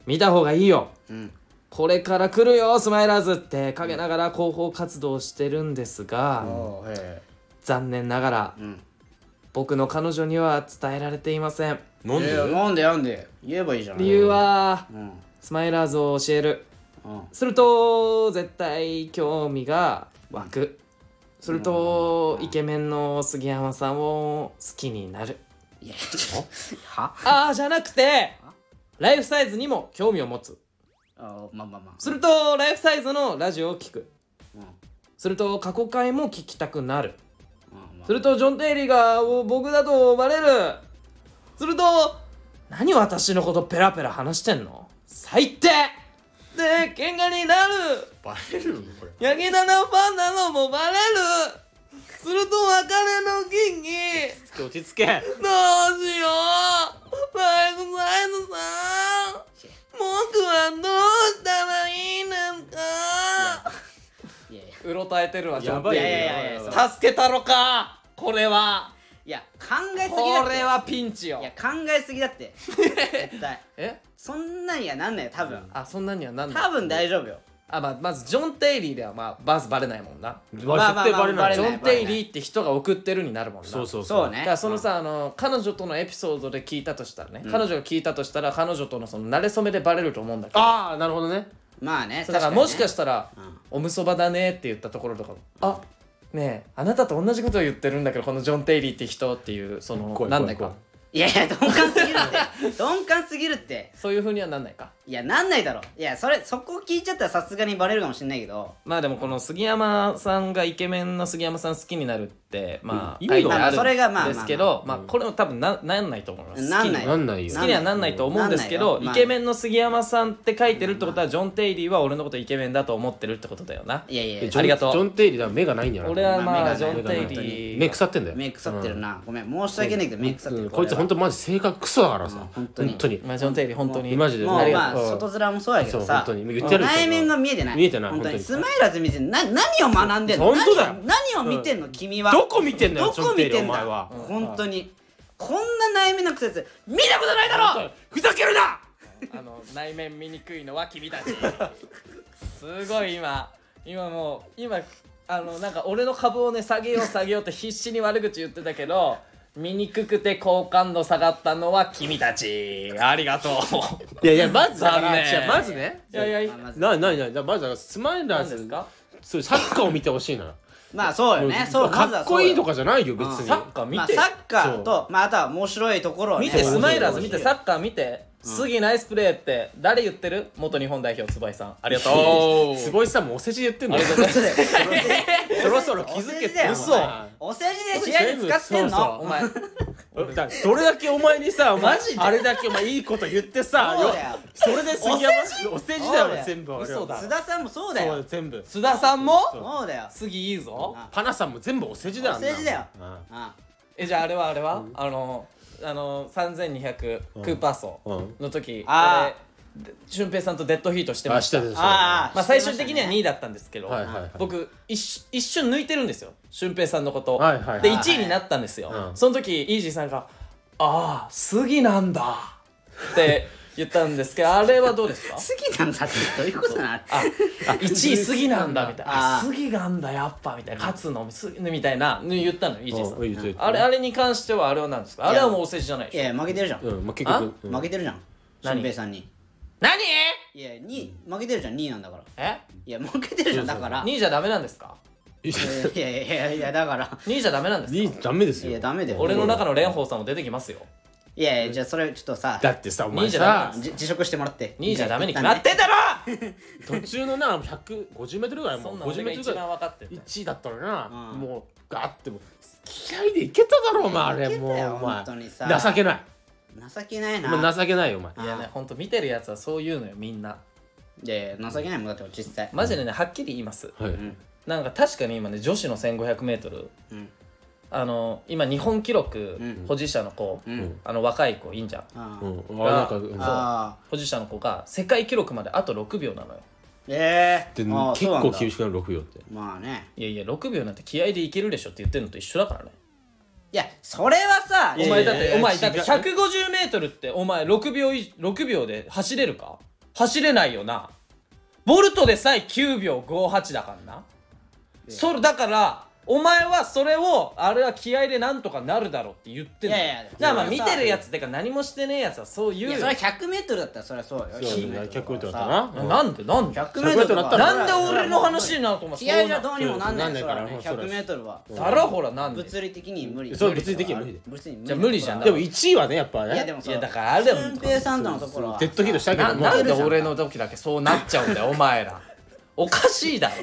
Speaker 2: 見た方がいいよ
Speaker 1: うん
Speaker 2: これから来るよスマイラーズって陰ながら広報活動をしてるんですが、
Speaker 1: おーへ
Speaker 2: 残念ながら
Speaker 1: えうん
Speaker 2: 僕の彼女には伝えられていません
Speaker 3: 飲んで
Speaker 1: えー
Speaker 3: る
Speaker 1: なんでなんで言えばいいじゃん
Speaker 2: 理由は
Speaker 1: うんうん
Speaker 2: スマイラーズを教える
Speaker 1: うん
Speaker 2: すると絶対興味が湧くするとイケメンの杉山さんを好きになる
Speaker 1: いやちょっとは
Speaker 2: ああじゃなくてライフサイズにも興味を持つ
Speaker 1: あまあまあまあ
Speaker 2: するとライフサイズのラジオを聞く
Speaker 1: うんうん
Speaker 2: すると過去回も聞きたくなる
Speaker 1: まあ
Speaker 2: するとジョン・テイリーがお僕だとバレるすると何私のことペラペラ話してんの最低で喧嘩になる
Speaker 3: バレるのこれ
Speaker 2: ヤギダのファンなのもバレるすると別れの金に
Speaker 3: 落ち着け
Speaker 2: どうしようライフサイズさん僕はどうしたらいいんですか
Speaker 1: いやいや
Speaker 4: うろたえてるわ
Speaker 3: やばい
Speaker 1: いやいやいやいや
Speaker 2: 助けたろかこれはい
Speaker 1: や考えすぎだって
Speaker 2: これはピンチよ
Speaker 1: いや考えすぎだって
Speaker 2: [LAUGHS]
Speaker 1: 絶対
Speaker 2: え
Speaker 1: そんなんやなんないよ多分
Speaker 2: あそんなにはなんだ
Speaker 1: 多分大丈夫よ
Speaker 2: あ、まあ、まずジョン・テイリーではまあまずバレないもんな
Speaker 3: 絶
Speaker 1: まあまあ
Speaker 3: 対バレ
Speaker 1: まあバ
Speaker 3: ない
Speaker 1: レ
Speaker 2: ジ
Speaker 1: ない
Speaker 2: ョン・テイリーって人が送ってるになるもんな
Speaker 3: そうそう
Speaker 1: そうね
Speaker 2: だからそのさあの彼女とのエピソードで聞いたとしたらね、彼女が聞いたとしたら彼女とのその慣れ初めでバレると思うんだけど
Speaker 3: ああなるほどね
Speaker 1: まあね
Speaker 2: そうだからもしか
Speaker 1: し
Speaker 2: したら「
Speaker 1: ん
Speaker 2: おむそばだね」って言ったところとかも「あねえあなたと同じことを言ってるんだけどこのジョン・テイリーって人」っていうその
Speaker 3: 怖い
Speaker 2: なんない
Speaker 3: 怖
Speaker 2: か
Speaker 3: い
Speaker 1: いやいや鈍感すぎるって鈍感すぎるって
Speaker 2: そういうふうにはなんないか
Speaker 1: いやなんないだろいやそれそこ聞いちゃったらさすがにバレるかもしれないけど
Speaker 2: まあでもこの杉山さんがイケメンの杉山さん好きになるってまあ、
Speaker 3: うん意味が
Speaker 2: 書いてあ
Speaker 1: まあそれがまあまあ
Speaker 2: るんですけどまあこれも多分ななんないと思います
Speaker 1: なんない
Speaker 3: 好きになんないよ
Speaker 2: 好きにはなんないと思うんですけど、イケメ
Speaker 1: ン
Speaker 2: ンの杉山さんって書いてるってことはジョン・テイリーは俺のことイケメンだと思ってるってことだよない
Speaker 1: やいやい
Speaker 3: で
Speaker 1: や
Speaker 3: ジョン
Speaker 2: ありがとう
Speaker 3: ジョン・テイリーだ目がないんだよな
Speaker 2: 俺は
Speaker 1: まあ
Speaker 2: まあ
Speaker 1: 目
Speaker 2: ジ
Speaker 1: が
Speaker 2: ョ
Speaker 1: ね
Speaker 2: ン・テイリー
Speaker 3: 目腐ってんだよ
Speaker 1: 目腐ってるなごめん申し訳ないけど目腐って
Speaker 3: うん
Speaker 1: る
Speaker 3: こいつ本当マジ性格クソだからさ
Speaker 1: うん
Speaker 3: 本
Speaker 1: 本当
Speaker 3: 当
Speaker 1: に
Speaker 3: に
Speaker 2: まあジョン・テイリー本当に
Speaker 3: マジで
Speaker 1: もうまあ
Speaker 3: うん
Speaker 1: 外面もそうやけどさ
Speaker 3: そう本当に言ってるけど
Speaker 1: 内面が見えてない
Speaker 3: 見えてない
Speaker 1: 本当に
Speaker 3: 本当
Speaker 1: ス
Speaker 3: に
Speaker 1: マイラーズ見てな何を学んでんの
Speaker 3: 本当だよ
Speaker 1: 何を何を見てんの君は
Speaker 3: どこ見てんだ
Speaker 1: ど
Speaker 3: よジョ
Speaker 1: こ
Speaker 3: ン・テ
Speaker 1: 見
Speaker 3: イリ
Speaker 1: て
Speaker 3: ーお
Speaker 1: ん
Speaker 3: 前
Speaker 1: だ
Speaker 3: は
Speaker 1: 本当にこんな内面のくせつ見たことないだろ
Speaker 3: ふざけるな
Speaker 4: あの内面見にくいのは君たちすごい今今もう今あのなんか俺の株をね下げよう下げようって必死に悪口言ってたけど見にくくて好感度下がったのは君たちありがとう
Speaker 3: いやいやまずだか
Speaker 4: 残
Speaker 3: ら
Speaker 4: 念
Speaker 3: 違うまずね
Speaker 4: いやいや
Speaker 1: まあまず
Speaker 3: ななになにまずだからスマイラー
Speaker 4: 何で
Speaker 3: ズ
Speaker 4: すか
Speaker 3: そうサッカーを見てほしいのよ
Speaker 1: まあそうよねそう
Speaker 3: か
Speaker 1: まずは
Speaker 3: っ
Speaker 1: そ
Speaker 3: こ
Speaker 1: うよ
Speaker 3: いいとかじゃないよ別
Speaker 1: うん
Speaker 3: に
Speaker 1: サ
Speaker 4: ッカー見て
Speaker 1: まあサッカーとまああとは面白いところをね
Speaker 2: 見て
Speaker 1: そう
Speaker 2: スマイラーズ見て
Speaker 1: そう
Speaker 2: サッカー見て杉ナイスプレーって誰言ってる元日本代表坪井さんありがとう
Speaker 3: おー [LAUGHS] 坪井さんもお世辞言ってんだよそろそろ気づけって
Speaker 1: 嘘お世辞で試合に使ってん
Speaker 3: そうそう
Speaker 1: のお前
Speaker 3: だからどれだけお前にさマジあれだけお前いいこと言ってさ
Speaker 1: そうだよ
Speaker 3: それで杉山お世辞だ
Speaker 1: そうだよ
Speaker 3: よ全部
Speaker 2: 嘘だ
Speaker 1: 津田さんもそうだ
Speaker 3: そう
Speaker 1: よ
Speaker 3: 全部
Speaker 2: 須田さんも
Speaker 3: そう
Speaker 1: そうだよ
Speaker 2: 杉いいぞ
Speaker 1: あ
Speaker 3: パナさんも全部お世辞だよ
Speaker 1: お世辞だよ
Speaker 3: あんなの
Speaker 1: あ
Speaker 2: えじゃああれはあれは、あのあの3200クーパー層
Speaker 3: うん
Speaker 2: の時、
Speaker 1: あ
Speaker 2: 俺で俊平さんとデッドヒートしてま
Speaker 3: あ
Speaker 2: し
Speaker 3: した
Speaker 2: た
Speaker 3: でしょ
Speaker 1: あ
Speaker 2: まあ、最終的には2
Speaker 1: 位
Speaker 2: 位だったんですけど、
Speaker 3: はいはいはい
Speaker 2: 僕一瞬一瞬抜いてるんですよ俊平さんのことを、
Speaker 3: はいはいはい
Speaker 2: で1位になったんですよ、
Speaker 3: うん
Speaker 2: その時イージーさんが「ああ杉なんだ」って言ったんですけどあれはどうですか
Speaker 1: 好きなんだってどういうことなの
Speaker 2: ああ1位杉なんだみたいな
Speaker 1: あ
Speaker 2: あ杉なんだやっぱみたいな勝つの杉みたいな言ったのイージーさん
Speaker 3: うん言ってた
Speaker 2: あれあれに関してはあれは何ですかあれはもうお世辞じゃないで
Speaker 1: い
Speaker 2: しょ
Speaker 1: や負けてるじゃん
Speaker 3: うんまあ結
Speaker 2: あ
Speaker 3: 局うん
Speaker 1: 負けてるじゃん
Speaker 2: 何
Speaker 1: 俊平さんに
Speaker 2: 何
Speaker 1: いや2負けてるじゃん2位なんだから
Speaker 2: え
Speaker 1: いや負けてるじゃんだから
Speaker 2: 2位じゃダメなんですか
Speaker 3: いや
Speaker 1: いやいやいやいやだから
Speaker 2: 2位じゃダメなんですか
Speaker 3: いいダメですよ
Speaker 1: いやダメだよ
Speaker 2: 俺の中の蓮舫さんも出てきますよ
Speaker 1: いやいやじゃあそれちょっとさ
Speaker 3: だってさお
Speaker 2: いい
Speaker 3: 前
Speaker 2: じゃダメなん
Speaker 3: さ
Speaker 2: です
Speaker 1: じ辞職してもらって
Speaker 2: 2位じゃダメに決
Speaker 1: な
Speaker 2: まってんだろ
Speaker 3: 途中のな 150m ぐらい
Speaker 4: そ
Speaker 3: も
Speaker 4: ん
Speaker 3: う
Speaker 4: な俺が
Speaker 3: 50m ぐ
Speaker 4: 一
Speaker 3: らい
Speaker 4: 番分かってて
Speaker 3: 1位だったのな、
Speaker 1: うん
Speaker 3: もうガッてもう気合でいけただろお前あ
Speaker 1: いけ
Speaker 3: れ
Speaker 1: た
Speaker 3: もう
Speaker 1: よ
Speaker 3: お前
Speaker 1: 本当にさ
Speaker 3: 情けない
Speaker 1: 情けないな
Speaker 3: お前情けないよお前
Speaker 1: あ
Speaker 2: いやねほんと見てるやつはそういうのよみんない
Speaker 1: やいや情けないもんだって実際
Speaker 2: マジでねはっきり言います
Speaker 3: はい、
Speaker 2: なんか確かに今ね女子の 1500m
Speaker 1: うん
Speaker 2: あの今日本記録
Speaker 1: うん
Speaker 2: 保持者の子、
Speaker 1: うん
Speaker 2: あの若い子いいんじゃん
Speaker 1: あ
Speaker 3: う
Speaker 1: ー
Speaker 3: ん、あなんかうん
Speaker 1: あ
Speaker 2: 保持者の子が世界記録まであと6秒なのよ
Speaker 1: ーええ
Speaker 3: で
Speaker 1: あー
Speaker 3: 結
Speaker 1: そうなんだ
Speaker 3: 構厳しくなる6よって
Speaker 1: まあね
Speaker 2: いやいや6秒なんて気合でいけるでしょって言ってるのと一緒だからね
Speaker 1: いやそれはさ
Speaker 2: お前だって、
Speaker 3: いやいやいや
Speaker 2: お前だって
Speaker 3: 違う
Speaker 2: 150m ってお前6秒い6秒で走れるか走れないよなボルトでさえ9秒58だからなそれだからお前はそれをあれは気合でなんとかなるだろうって言ってんの
Speaker 1: いやいや
Speaker 2: だからまあ
Speaker 1: それ
Speaker 2: 見
Speaker 1: はさ
Speaker 2: てるやつってか何もしてねえやつはそう言
Speaker 1: いうや
Speaker 2: よ
Speaker 1: それは 100m だったらそれはそうよ
Speaker 3: そう
Speaker 1: 100
Speaker 3: 100だったなうん
Speaker 2: なんでなんで
Speaker 1: 100m だったら
Speaker 2: なんで俺の話になると思う
Speaker 1: 気合じゃどうにもなんな
Speaker 3: ないんない
Speaker 1: そ
Speaker 3: から
Speaker 1: らね
Speaker 3: そうだ
Speaker 1: 100m は
Speaker 2: だろほらなんで
Speaker 1: 物理的に無理
Speaker 3: そう物理的に無理で
Speaker 1: 物理的に
Speaker 2: じゃあ無理じゃん
Speaker 1: い
Speaker 3: でも1位はねやっぱね
Speaker 1: やでも
Speaker 2: いや
Speaker 1: さ
Speaker 2: だからあれは
Speaker 1: 俊平さんとのところは
Speaker 3: デッドヒートしたけど
Speaker 2: な
Speaker 3: も
Speaker 2: なんで俺の時だけそうなっちゃうんだよお前らおかしいだろ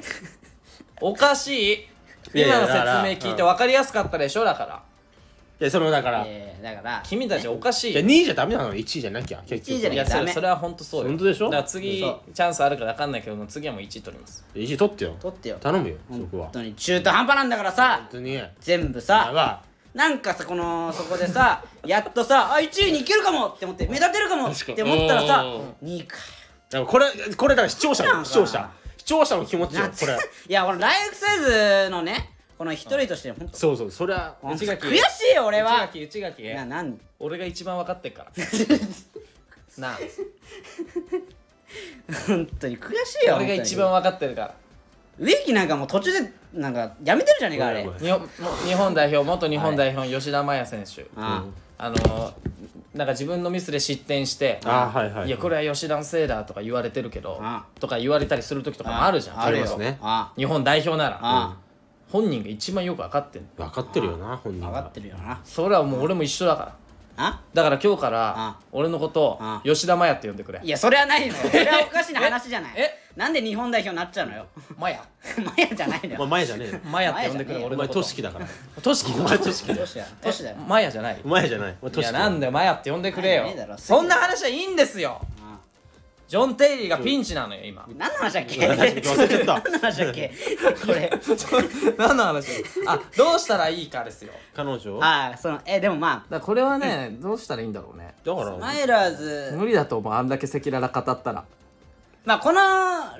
Speaker 2: おかしい
Speaker 3: いやい
Speaker 2: 今
Speaker 3: や
Speaker 2: の説
Speaker 3: だから
Speaker 2: 明聞いて分かりやすかったでしょだから
Speaker 3: いやそのだからい
Speaker 1: えーだから
Speaker 2: 君たちおかしい
Speaker 3: や2位じゃダメなの1位じゃなきゃ結
Speaker 1: 一位
Speaker 3: 局
Speaker 1: じゃなき
Speaker 2: い
Speaker 1: ゃ
Speaker 2: やそ
Speaker 1: ダ
Speaker 2: れ
Speaker 1: メ
Speaker 2: それは本当そうよ
Speaker 3: 本当でしょ
Speaker 2: だから次チ
Speaker 1: そ
Speaker 2: ャンスあるか分かんないけども次はもう1位取ります
Speaker 3: 1位取ってよ
Speaker 1: 取ってよ
Speaker 3: 頼むよそこは
Speaker 1: 本当に中途半端なんだからさ
Speaker 3: 本当に
Speaker 1: 全部
Speaker 3: あ
Speaker 1: さ
Speaker 3: は
Speaker 1: なんかさこのそこでさ [LAUGHS] やっとさあ1位に行けるかもって思って目立てるかもって思ったらさ2位か
Speaker 3: でもこれこれだから視聴者
Speaker 1: なん
Speaker 3: の
Speaker 1: か
Speaker 3: 視聴者視聴者の気持ちよこれ
Speaker 1: [LAUGHS] いやこのライフサイズのねこの一人として本当
Speaker 3: そうそうそれは
Speaker 1: 本当
Speaker 2: 内垣
Speaker 1: 悔しいよ俺は
Speaker 2: 内垣内垣
Speaker 1: ななん
Speaker 2: 俺が一番分かってっからなあ
Speaker 1: 本当に悔しいよ
Speaker 2: 俺が一番分かってるから
Speaker 1: 植木なんかもう途中でなんかやめてるじゃねえかあれ
Speaker 3: ごめんごめ
Speaker 2: 日
Speaker 3: ん
Speaker 2: 本も日本代表元日本代表吉田麻也選手
Speaker 1: あ
Speaker 2: あのなんか自分のミスで失点して
Speaker 3: あはいはい
Speaker 2: やこれは吉田のせいだとか言われてるけど
Speaker 1: あ
Speaker 2: とか言われたりする時とかもあるじゃん
Speaker 1: ある
Speaker 3: あり
Speaker 1: よ
Speaker 3: ますね
Speaker 1: あ
Speaker 2: 日本代表なら
Speaker 1: あ
Speaker 2: 本人が一番よく分かってんの
Speaker 3: 分かってるよな本人
Speaker 1: 分
Speaker 3: は
Speaker 1: かってるよな
Speaker 2: それはもう俺も一緒だから
Speaker 1: あ
Speaker 2: だから今日か
Speaker 1: あ
Speaker 2: ら俺のこと
Speaker 1: あ
Speaker 2: を吉田麻也って呼んでくれ
Speaker 1: いやそれは
Speaker 2: [LAUGHS]
Speaker 1: ないのよそれはおかしな話じゃない
Speaker 2: ええ
Speaker 1: なんで日本代表になっちゃうのよ [LAUGHS]
Speaker 2: 麻也
Speaker 1: マヤじゃないの
Speaker 3: お前
Speaker 1: よ
Speaker 3: 前じゃねえよ
Speaker 2: 麻也って呼んでく
Speaker 1: 麻也じゃ
Speaker 2: れ
Speaker 1: ねえよ
Speaker 2: 俺
Speaker 3: お
Speaker 2: の
Speaker 3: 前
Speaker 2: こと
Speaker 3: トシキだから
Speaker 2: トシキ
Speaker 3: お前トシキだ
Speaker 1: 都
Speaker 3: よ
Speaker 1: 市だよ都市だよ
Speaker 2: 麻也じゃない
Speaker 3: お前じゃないお前
Speaker 2: い
Speaker 3: トシ
Speaker 2: や
Speaker 3: キ
Speaker 2: なんだよ麻也って呼んでくれよ
Speaker 1: 麻也ねえだろ
Speaker 2: そんな話はいいんですよ
Speaker 1: あ
Speaker 2: ジョン・テイリーがピンチなのよ今
Speaker 1: 何の話だっけ
Speaker 3: 忘れちゃ
Speaker 1: [LAUGHS]
Speaker 3: った
Speaker 1: 何の話だっけこれ
Speaker 3: [LAUGHS]
Speaker 2: [LAUGHS] 何の話あどうしたらいいかですよ
Speaker 3: 彼女だか
Speaker 1: ああそのえでもま
Speaker 2: だからこれはね、どうしたらいいんだろうね
Speaker 1: あ
Speaker 3: ら
Speaker 1: マイラーズ
Speaker 2: 無理だと思うあんだけ赤裸々語ったら
Speaker 1: まあこの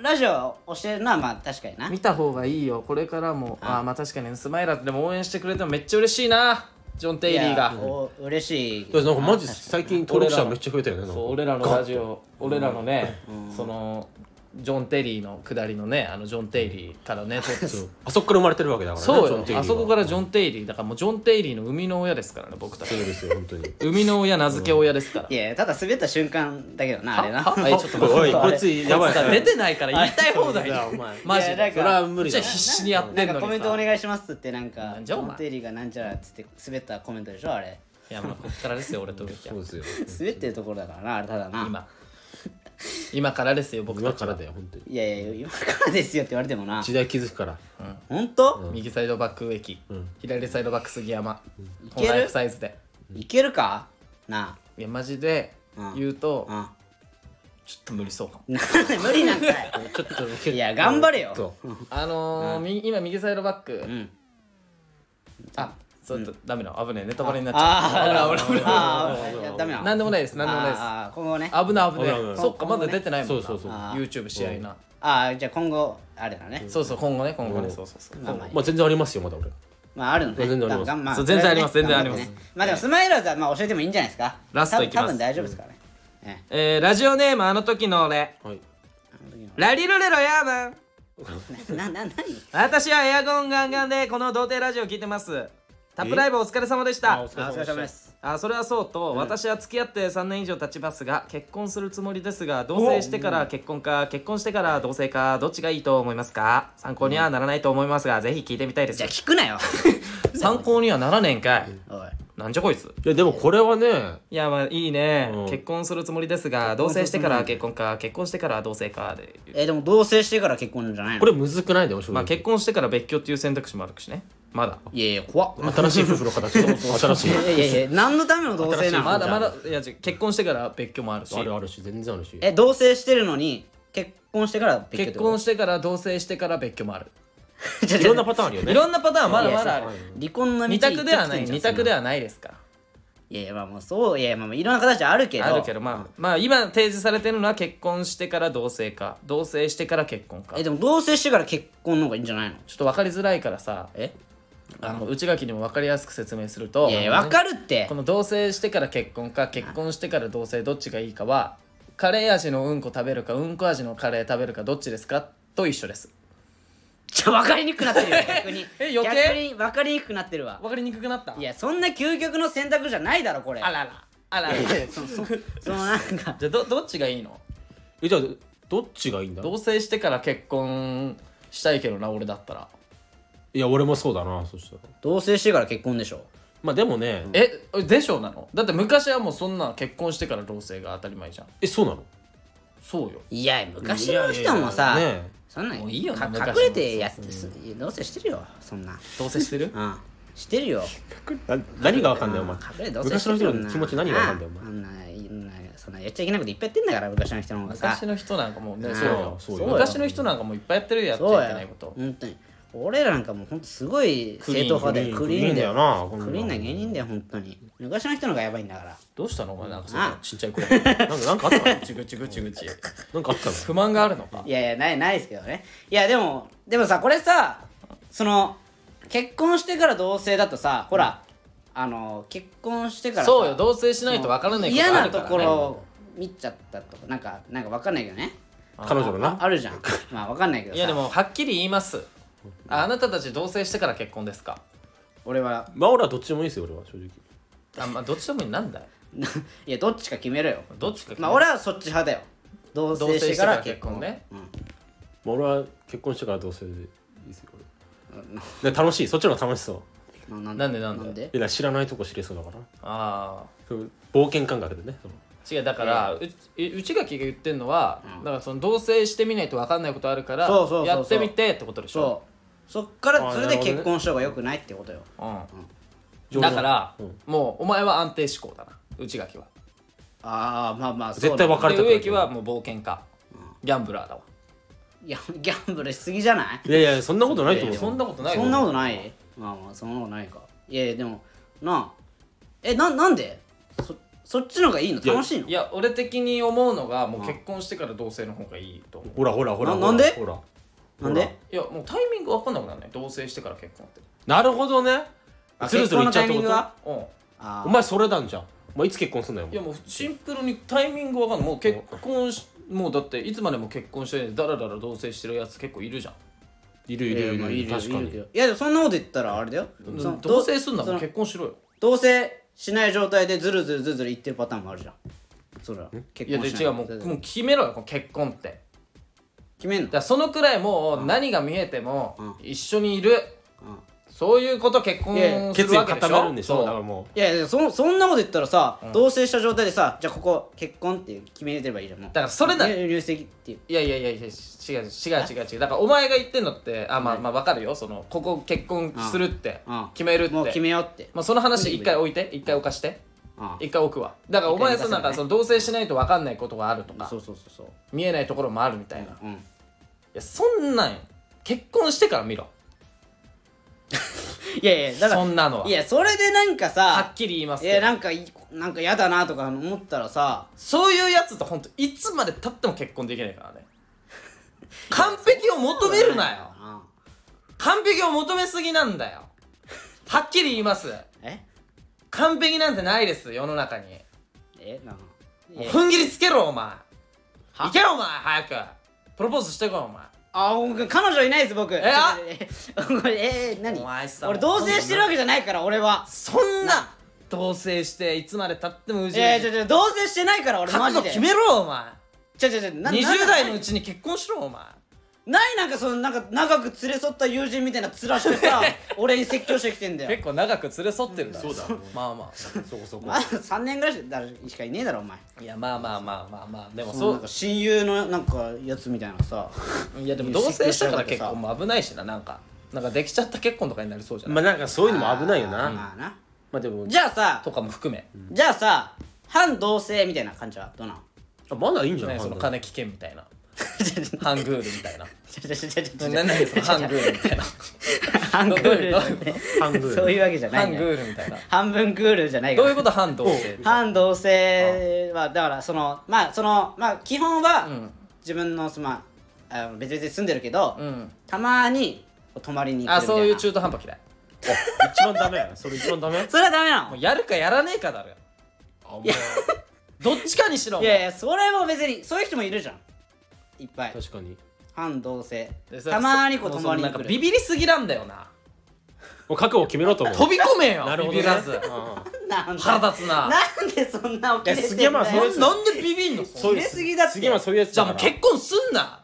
Speaker 1: ラジオを教えるのはまあ確かにな
Speaker 2: 見た方がいいよこれからもああまあ確かにスマイラーズでも応援してくれてもめっちゃ嬉しいなジョン・テイリーが
Speaker 1: いやお嬉しい
Speaker 3: だからなんかマジ最近登録者めっちゃ増えたよねなんか
Speaker 2: そう俺らのラジオ俺らのね、そのジョン・テイリーの下りのねあのジョン・テイリーから [LAUGHS] ね撮って
Speaker 3: そうあそこから生まれてるわけだからね
Speaker 2: そう
Speaker 3: ジョン
Speaker 2: よ
Speaker 3: テイリーは
Speaker 2: あそこからジョン・テイリーだからもうジョン・テイリーの生みの親ですからね僕たち
Speaker 3: [LAUGHS] そうですよ本当に
Speaker 2: 生みの親名付け親ですから
Speaker 1: いやただ滑った瞬間だけどなあれな [LAUGHS]
Speaker 2: ははえちょっと待って
Speaker 3: おいこいつやばい
Speaker 2: 出てないから言いたい放題
Speaker 3: いやお前
Speaker 2: マ
Speaker 1: い
Speaker 2: ジ
Speaker 1: やだ
Speaker 2: で
Speaker 1: か
Speaker 3: それは無理
Speaker 2: じゃ
Speaker 3: だ
Speaker 2: あ必死にやって
Speaker 1: なん
Speaker 2: んの
Speaker 1: か
Speaker 2: に
Speaker 1: コメントお願いしますってなんか
Speaker 2: なんじ
Speaker 1: ジ
Speaker 2: ゃ
Speaker 1: ョ
Speaker 2: お
Speaker 1: ン・
Speaker 2: 前
Speaker 1: テリーがなんちゃらっつって滑ったコメントでしょあれ
Speaker 2: いやまあこっからですよ俺と植木は
Speaker 3: そうですよ
Speaker 1: 滑ってるところだからなあれただな
Speaker 2: 今今からですよ僕
Speaker 3: 今
Speaker 2: たち
Speaker 3: か
Speaker 2: は
Speaker 3: らだよ本当に
Speaker 1: いやいや今からですよって言われてもな
Speaker 3: 時代気づくから
Speaker 1: 本当、
Speaker 2: 右サイドバック植木、
Speaker 3: ん
Speaker 2: 左サイドバック杉山、こ
Speaker 1: け
Speaker 2: の
Speaker 1: る
Speaker 2: ライフサイズで
Speaker 1: いけるかない [LAUGHS]
Speaker 2: やマジで
Speaker 1: うん
Speaker 2: 言うと、
Speaker 1: あ
Speaker 2: ちょっと無理そうかも
Speaker 1: うんなんで無理なんかい
Speaker 2: [LAUGHS]
Speaker 3: ちょっと
Speaker 1: いや頑張れよ
Speaker 3: そう
Speaker 2: あのーみ今右サイドバック、
Speaker 1: ん
Speaker 2: あそうだ、ダメだ危ねえネタバレになっちゃう
Speaker 1: あ
Speaker 2: 危ない危ない危ない
Speaker 1: あーいやダメな
Speaker 2: な
Speaker 1: で
Speaker 2: んでもないですなんでもないです
Speaker 1: あー今後ねあ
Speaker 2: 危ない危な
Speaker 3: 危ない危ないい
Speaker 2: そっかまだ出てないもんな
Speaker 3: そうそうそう
Speaker 1: あー
Speaker 2: YouTube 試合な
Speaker 1: あーじゃあ今後あれだね、
Speaker 2: そうそう今後ね今後ね
Speaker 3: うん
Speaker 2: そうそうそう
Speaker 1: まあまあ
Speaker 3: まあ全然ありますよまだ俺
Speaker 1: まああるのね
Speaker 3: 全然あります
Speaker 1: だからあ
Speaker 2: そう全然あります
Speaker 1: とりえずね
Speaker 2: 全然あります
Speaker 1: 頑張ってねまあでもスマイラーズはまあ教えてもいいんじゃないですか
Speaker 2: ラストいきます
Speaker 1: 多分大丈夫ですからね、ええ
Speaker 2: えーラジオネームあの時の俺
Speaker 3: はい
Speaker 1: あの時の
Speaker 2: ラリルレロヤーマン
Speaker 1: な、な、なに
Speaker 2: 私はエアコンガンガンでこの童貞ラジオ聞いてますタップライブお疲れ様でした
Speaker 3: あお疲れ様
Speaker 1: あ、お疲れ様です。
Speaker 2: あそれはそうと、私は付き合って3年以上経ちますが結婚するつもりですが同棲してから結婚か結婚してから同棲かどっちがいいと思いますか参考にはならないと思いますが、ぜひ聞いてみたいです
Speaker 1: じゃあ聞く
Speaker 2: [LAUGHS]
Speaker 1: なよ。
Speaker 2: 参考にはならねえんかい、
Speaker 1: おい。
Speaker 2: なんじゃこいつ
Speaker 3: いやでもこれはね
Speaker 2: いやまあいいね、
Speaker 3: うん
Speaker 2: 結婚するつもりですが同棲してから結婚か結婚してから同棲かで
Speaker 1: えーでも同棲してから結婚なんじゃないの
Speaker 3: これむずくないでも正
Speaker 2: まあ
Speaker 3: 直
Speaker 2: 結婚してから別居っていう選択肢もあるしねまだ
Speaker 1: いやいや、怖
Speaker 2: [LAUGHS]
Speaker 1: っ。
Speaker 3: 新しい夫婦の形新しい
Speaker 1: いやいやいや、何のための同棲な
Speaker 2: ま
Speaker 1: の
Speaker 2: だまだいや違う結婚してから別居もあるし
Speaker 3: あるあるし全然あるし
Speaker 1: え、同棲してるのに、結婚してから別居って
Speaker 2: 結
Speaker 1: こと
Speaker 2: 婚してから同棲してから別居もある
Speaker 1: [LAUGHS] じゃあ
Speaker 3: いろんなパターンあるよ
Speaker 2: い
Speaker 3: ね
Speaker 2: ろんなパターンはまだまだある
Speaker 1: いやそう離婚の道
Speaker 2: 二択ではな
Speaker 1: 一
Speaker 2: い
Speaker 1: 直線じゃん
Speaker 2: 二択ではないですから
Speaker 1: いやいや、まあもうそう、いやいや、まあまあいろんな形あるけど。
Speaker 2: あるけどまあまあ今提示されてるのは結婚してから同棲か同棲してから結婚か
Speaker 1: え、
Speaker 2: ちょ
Speaker 1: でも同棲してから結婚の方がいいんじゃないの
Speaker 2: っと分かりづらいからさ
Speaker 1: え
Speaker 2: あの内垣にも分かりやすく説明すると
Speaker 1: いやいや分かるって
Speaker 2: この同棲してから結婚か結婚してから同棲どっちがいいかはカレー味のうんこ食べるかうんこ味のカレー食べるかどっちですかと一緒です
Speaker 1: ちょ分かりにくくなってる
Speaker 2: [LAUGHS]
Speaker 1: よ逆に
Speaker 2: え余計
Speaker 1: 逆に分かりにくくなってるわ
Speaker 2: 分かりにくくなった
Speaker 1: いやそんな究極の選択じゃないだろこれ
Speaker 2: あららあららじ
Speaker 1: そのそそのなんか
Speaker 2: ゃあどどっちがいいの
Speaker 3: えじゃあどっちがいいんだ
Speaker 2: 同棲してから結婚したいけどな俺だったら
Speaker 3: いや俺もそうだなそしたら
Speaker 1: 同棲してから結婚でしょ
Speaker 3: まあでもねえ
Speaker 2: えでしょうなのだって昔はもうそんな結婚してから同棲が当たり前じゃん
Speaker 3: えそうなの
Speaker 2: そうよ
Speaker 1: いや昔の人もさ
Speaker 3: いやいやい
Speaker 2: [LAUGHS]
Speaker 3: やね
Speaker 1: そんなん
Speaker 2: もういいよな
Speaker 1: か
Speaker 2: 昔の
Speaker 1: 隠れてやってすいや同棲してるよそんな
Speaker 2: 同
Speaker 1: [LAUGHS]
Speaker 2: 棲してる
Speaker 1: うんしてるよ
Speaker 3: な何がわかんないお前
Speaker 1: 隠れて同棲し
Speaker 3: 昔
Speaker 1: て
Speaker 3: の
Speaker 1: る
Speaker 3: 人
Speaker 1: よな
Speaker 3: の気持ち何がわかんないお
Speaker 1: あ
Speaker 3: 前
Speaker 1: あんなんなそんなやっちゃいけないこといっぱいやってんだから昔の人の方がさ
Speaker 2: 昔の人なんかもうね、
Speaker 1: うん
Speaker 2: そうよ
Speaker 3: そうよ
Speaker 2: 昔の人なんかもういっぱいやってるやっち
Speaker 1: そう
Speaker 2: ゃい
Speaker 1: や
Speaker 2: けないこと
Speaker 1: 本当に俺らなんかもう本当すごい正統派で
Speaker 3: ク
Speaker 1: ク
Speaker 3: リ
Speaker 1: リー
Speaker 3: ーン
Speaker 1: ン
Speaker 3: だ
Speaker 1: だ
Speaker 3: よ
Speaker 1: よ
Speaker 3: なこんなの
Speaker 1: クリーンな芸人だよ本当に昔の人の方がやばいんだから
Speaker 2: どうしたのお前なんかそん
Speaker 1: あ
Speaker 2: なちっちゃ
Speaker 1: [LAUGHS]
Speaker 2: い声で
Speaker 3: なんかなんかあったの
Speaker 2: ぐちぐちぐちぐち
Speaker 3: なんかあったの
Speaker 2: 不満があるのか
Speaker 1: いやいやないないですけどねいやでもでもさこれさその結婚してから同棲だとさほら、あの結婚してからさ
Speaker 2: そうよ同棲しないと分からないこと
Speaker 1: 嫌
Speaker 2: あ
Speaker 1: な
Speaker 2: るか
Speaker 1: と
Speaker 2: ら、ね、
Speaker 1: ころ見ちゃったとかなんかなんか分かんないけどね
Speaker 3: 彼女の
Speaker 1: あ
Speaker 3: な
Speaker 1: るじゃんまあ分かんないけど
Speaker 2: い
Speaker 1: さ
Speaker 2: やでもはっきり言いますああなたたち同棲してから結婚ですか
Speaker 1: 俺は [LAUGHS]
Speaker 3: まあ俺はどっちでもいいですよ俺は正直
Speaker 2: あまあどっちでもいいなんだよ
Speaker 1: いやどっちか決めろよ
Speaker 2: どっちか決め
Speaker 1: まあ俺はそっち派だよ同
Speaker 2: 同棲
Speaker 1: 棲し
Speaker 2: してて
Speaker 1: か
Speaker 2: からら
Speaker 1: 結
Speaker 2: 結
Speaker 1: 婚
Speaker 2: 婚ね
Speaker 3: まあ俺は結婚してから同棲でいいですよ俺で楽しいそっちの方が楽しそう
Speaker 1: なな
Speaker 2: なんでなんで
Speaker 3: いや知らないとこ知れそうだから
Speaker 2: ああ
Speaker 3: そう冒険感覚でねその
Speaker 2: 違うだから、うう内垣が言ってんのは、だからその同棲してみないと分かんないことあるから
Speaker 1: そうそうそうそう
Speaker 2: やってみてってことでしょ
Speaker 1: そうそっから
Speaker 3: あ
Speaker 1: それ
Speaker 3: な
Speaker 1: で
Speaker 3: るほどね
Speaker 1: 結婚した方がよくないってことよ
Speaker 2: うん、だから、
Speaker 3: うん
Speaker 2: もうお前は安定志向だな内垣は
Speaker 1: ああまあまあそうだ
Speaker 3: 絶対分かれ
Speaker 2: で
Speaker 3: て
Speaker 2: 植木はもう冒険家、ギャンブラーだわ
Speaker 1: いやギャンブルしすぎじゃない
Speaker 3: いやいやそんなことないと思う
Speaker 2: そんなことないよ
Speaker 1: そんなことないまあまあそんなことないかいやいやでもなあえななんでそそっちの方がいいの
Speaker 3: や
Speaker 1: 楽しいの
Speaker 2: いや俺的に思うのがもう結婚してから同棲の方がいいと思う
Speaker 3: ほらほらほら
Speaker 1: な
Speaker 3: ほ
Speaker 1: な
Speaker 3: ら
Speaker 1: んで
Speaker 3: ほら
Speaker 1: なんで
Speaker 2: いやもうタイミング分かんなくならない同棲してから結婚って
Speaker 3: なるほどね
Speaker 1: あ
Speaker 3: ずるずるいっちゃうってこ
Speaker 1: 結婚のタイミング
Speaker 3: と
Speaker 1: はあ
Speaker 2: うん
Speaker 3: お前それなんじゃんお前いつ結婚すんだよお
Speaker 2: いや
Speaker 3: 前
Speaker 2: もうシンプルにタイミング分かんないもう結婚しもうだっていつまでも結婚してないでダラダラ同棲してるやつ結構いるじゃん
Speaker 3: いる
Speaker 1: い
Speaker 3: い
Speaker 1: や
Speaker 3: る
Speaker 1: いやまあ
Speaker 3: い
Speaker 1: い
Speaker 3: る
Speaker 1: るよ
Speaker 3: 確か
Speaker 1: いる
Speaker 3: に
Speaker 1: よいやでもそんなこと言ったらあれだよその
Speaker 2: 同棲すんな
Speaker 1: そ
Speaker 2: ら
Speaker 1: の
Speaker 2: 結婚しろよ
Speaker 1: 同棲しない状態でずるずるずるずる言ってるパターンもあるじゃんそれは
Speaker 2: い
Speaker 1: 結
Speaker 2: や
Speaker 1: 婚
Speaker 2: で
Speaker 1: しない
Speaker 2: 違うもうもう決めろよこの結婚ってだか
Speaker 1: 決めんの
Speaker 2: らそのくらいもう何が見えても一緒にいる
Speaker 1: うん
Speaker 2: そういうこと結婚
Speaker 1: いや
Speaker 2: す
Speaker 3: 決
Speaker 2: る
Speaker 3: 意
Speaker 2: わけでしょ
Speaker 3: 固まるんでしょ
Speaker 2: そ
Speaker 3: だから
Speaker 2: う
Speaker 3: も
Speaker 1: いやいやそそんなこと言ったらさ、同棲した状態でさじゃあここ結婚って決めればいいじゃんもう
Speaker 2: だからそれだ
Speaker 1: 入入籍っていう
Speaker 2: いやいやいやいや違う違う違う違うだからお前が言ってんのってあまあまあわかるよそのここ結婚するって
Speaker 1: うん
Speaker 2: 決めるって
Speaker 1: もう決めようって
Speaker 2: まあ、その話一回置いて一回置かして
Speaker 1: あ
Speaker 2: 一回置くわだからお前さ
Speaker 1: 一回置かせるね
Speaker 2: なんかその同棲しないと分かんないことがあると
Speaker 1: あ
Speaker 2: か
Speaker 1: そうそうそうそう
Speaker 2: 見えないところもあるみたいない
Speaker 1: うん
Speaker 2: やそんなん結婚してから見ろ
Speaker 1: いやいやだから
Speaker 2: そんなのはい
Speaker 1: やそれでなんか
Speaker 2: は
Speaker 1: さ
Speaker 2: っきり言いま
Speaker 1: い
Speaker 2: すけ
Speaker 1: や
Speaker 2: ど
Speaker 1: なんかいなんか嫌だなとか思ったらさ
Speaker 2: そういうやつと本当いつまでたっても結婚できないからね完璧を求めるなよ
Speaker 1: あ
Speaker 2: 完璧を求めすぎなんだよはっきり言います
Speaker 1: え
Speaker 2: 完璧なんてないです世の中に
Speaker 1: えなんかいや
Speaker 2: 踏ん切りつけろお前いけろお前早くプロポーズしてこいお前
Speaker 1: あ僕彼女いないです僕え
Speaker 2: あ
Speaker 1: これえー何
Speaker 2: お前さ
Speaker 1: 俺同棲してるわけじゃないから俺は
Speaker 2: そんな同棲していつまで経ってもう
Speaker 1: い
Speaker 2: じ
Speaker 1: や
Speaker 2: う
Speaker 1: い
Speaker 2: じ
Speaker 1: やいや同棲してないから俺マジ
Speaker 2: 覚悟
Speaker 1: で
Speaker 2: 決めろお前
Speaker 1: ちょちょちょな
Speaker 2: 20
Speaker 1: な
Speaker 2: 代のうちに結婚しろお前
Speaker 1: ないなんかそのなんか長く連れ添った友人みたいな面してさ俺に説教してきてんだよ
Speaker 2: 結構長く連れ添ってるんだそう
Speaker 3: だ
Speaker 2: まあま
Speaker 3: うそこそこ
Speaker 1: まだ3年ぐらいしかいねえだろお前
Speaker 2: あいやまあまあまあまあまあでも
Speaker 1: そ
Speaker 2: そう
Speaker 1: なんか親友のなんかやつみたいなさ
Speaker 2: ういやでも同棲したから結婚も危ないしななんかなんかできちゃった結婚とかになりそうじゃない、
Speaker 3: まあなんかそういうのも危ないよなま
Speaker 1: まあな
Speaker 3: あでも
Speaker 1: じゃあさ
Speaker 2: とかも含め、
Speaker 1: じゃあさ反同性みたいな感じはどうなの
Speaker 3: あまだいいんじゃな
Speaker 2: ね
Speaker 3: い
Speaker 2: その金危険みたいな
Speaker 1: ちょちょ
Speaker 2: ハングールみた
Speaker 1: [LAUGHS]
Speaker 2: いな
Speaker 1: ちょちょちょちょちょ
Speaker 2: 何何そのハングール
Speaker 1: [LAUGHS]
Speaker 2: みたいな
Speaker 1: 半クールじゃ
Speaker 3: 半
Speaker 1: ない
Speaker 3: グー
Speaker 1: そういうわけじゃな
Speaker 2: ハ
Speaker 1: い
Speaker 2: ン
Speaker 1: ね
Speaker 2: グールみたいな
Speaker 1: 半分クールじゃないか
Speaker 2: どう
Speaker 1: ら
Speaker 2: いうこと反同性
Speaker 1: 反同性はだからそのまあそのまあ基本は自分のまああの別々に住んでるけど
Speaker 2: うん
Speaker 1: たまに泊まりに行くみたい
Speaker 2: あ
Speaker 1: な
Speaker 2: そういう中途半端嫌い
Speaker 3: 一番ダメそれ一番ダメ
Speaker 1: それはダメな
Speaker 2: も
Speaker 1: の
Speaker 2: うやるかやらねえかだろ
Speaker 3: あんま
Speaker 2: どっちかにしろ
Speaker 1: いやいやそれも別にそういう人もいるじゃんいっぱい
Speaker 3: 確かに
Speaker 1: 反同性
Speaker 2: でそ
Speaker 1: たまーにこう
Speaker 2: も
Speaker 1: 泊
Speaker 2: そ
Speaker 1: まり
Speaker 2: な
Speaker 1: に
Speaker 2: んか
Speaker 1: 来
Speaker 2: ビ
Speaker 1: る
Speaker 2: ビりすぎなんだよな
Speaker 3: もう覚悟決めろと思う
Speaker 2: 飛び込めよ
Speaker 3: なるほど、
Speaker 2: ビ
Speaker 3: ね、
Speaker 2: ビらず
Speaker 3: う
Speaker 1: なんだ
Speaker 2: 腹立つな
Speaker 1: なんでそんなおけ
Speaker 3: いや
Speaker 1: てん
Speaker 3: 杉
Speaker 1: だ
Speaker 3: 山はそうい
Speaker 1: よ
Speaker 3: うやつ
Speaker 2: なんでビビんのそんなん
Speaker 1: 入れすぎだっ
Speaker 3: ん
Speaker 1: て
Speaker 3: 次はそういうやつ
Speaker 2: じゃ
Speaker 3: だ
Speaker 2: あもう
Speaker 3: から
Speaker 2: 結婚すんな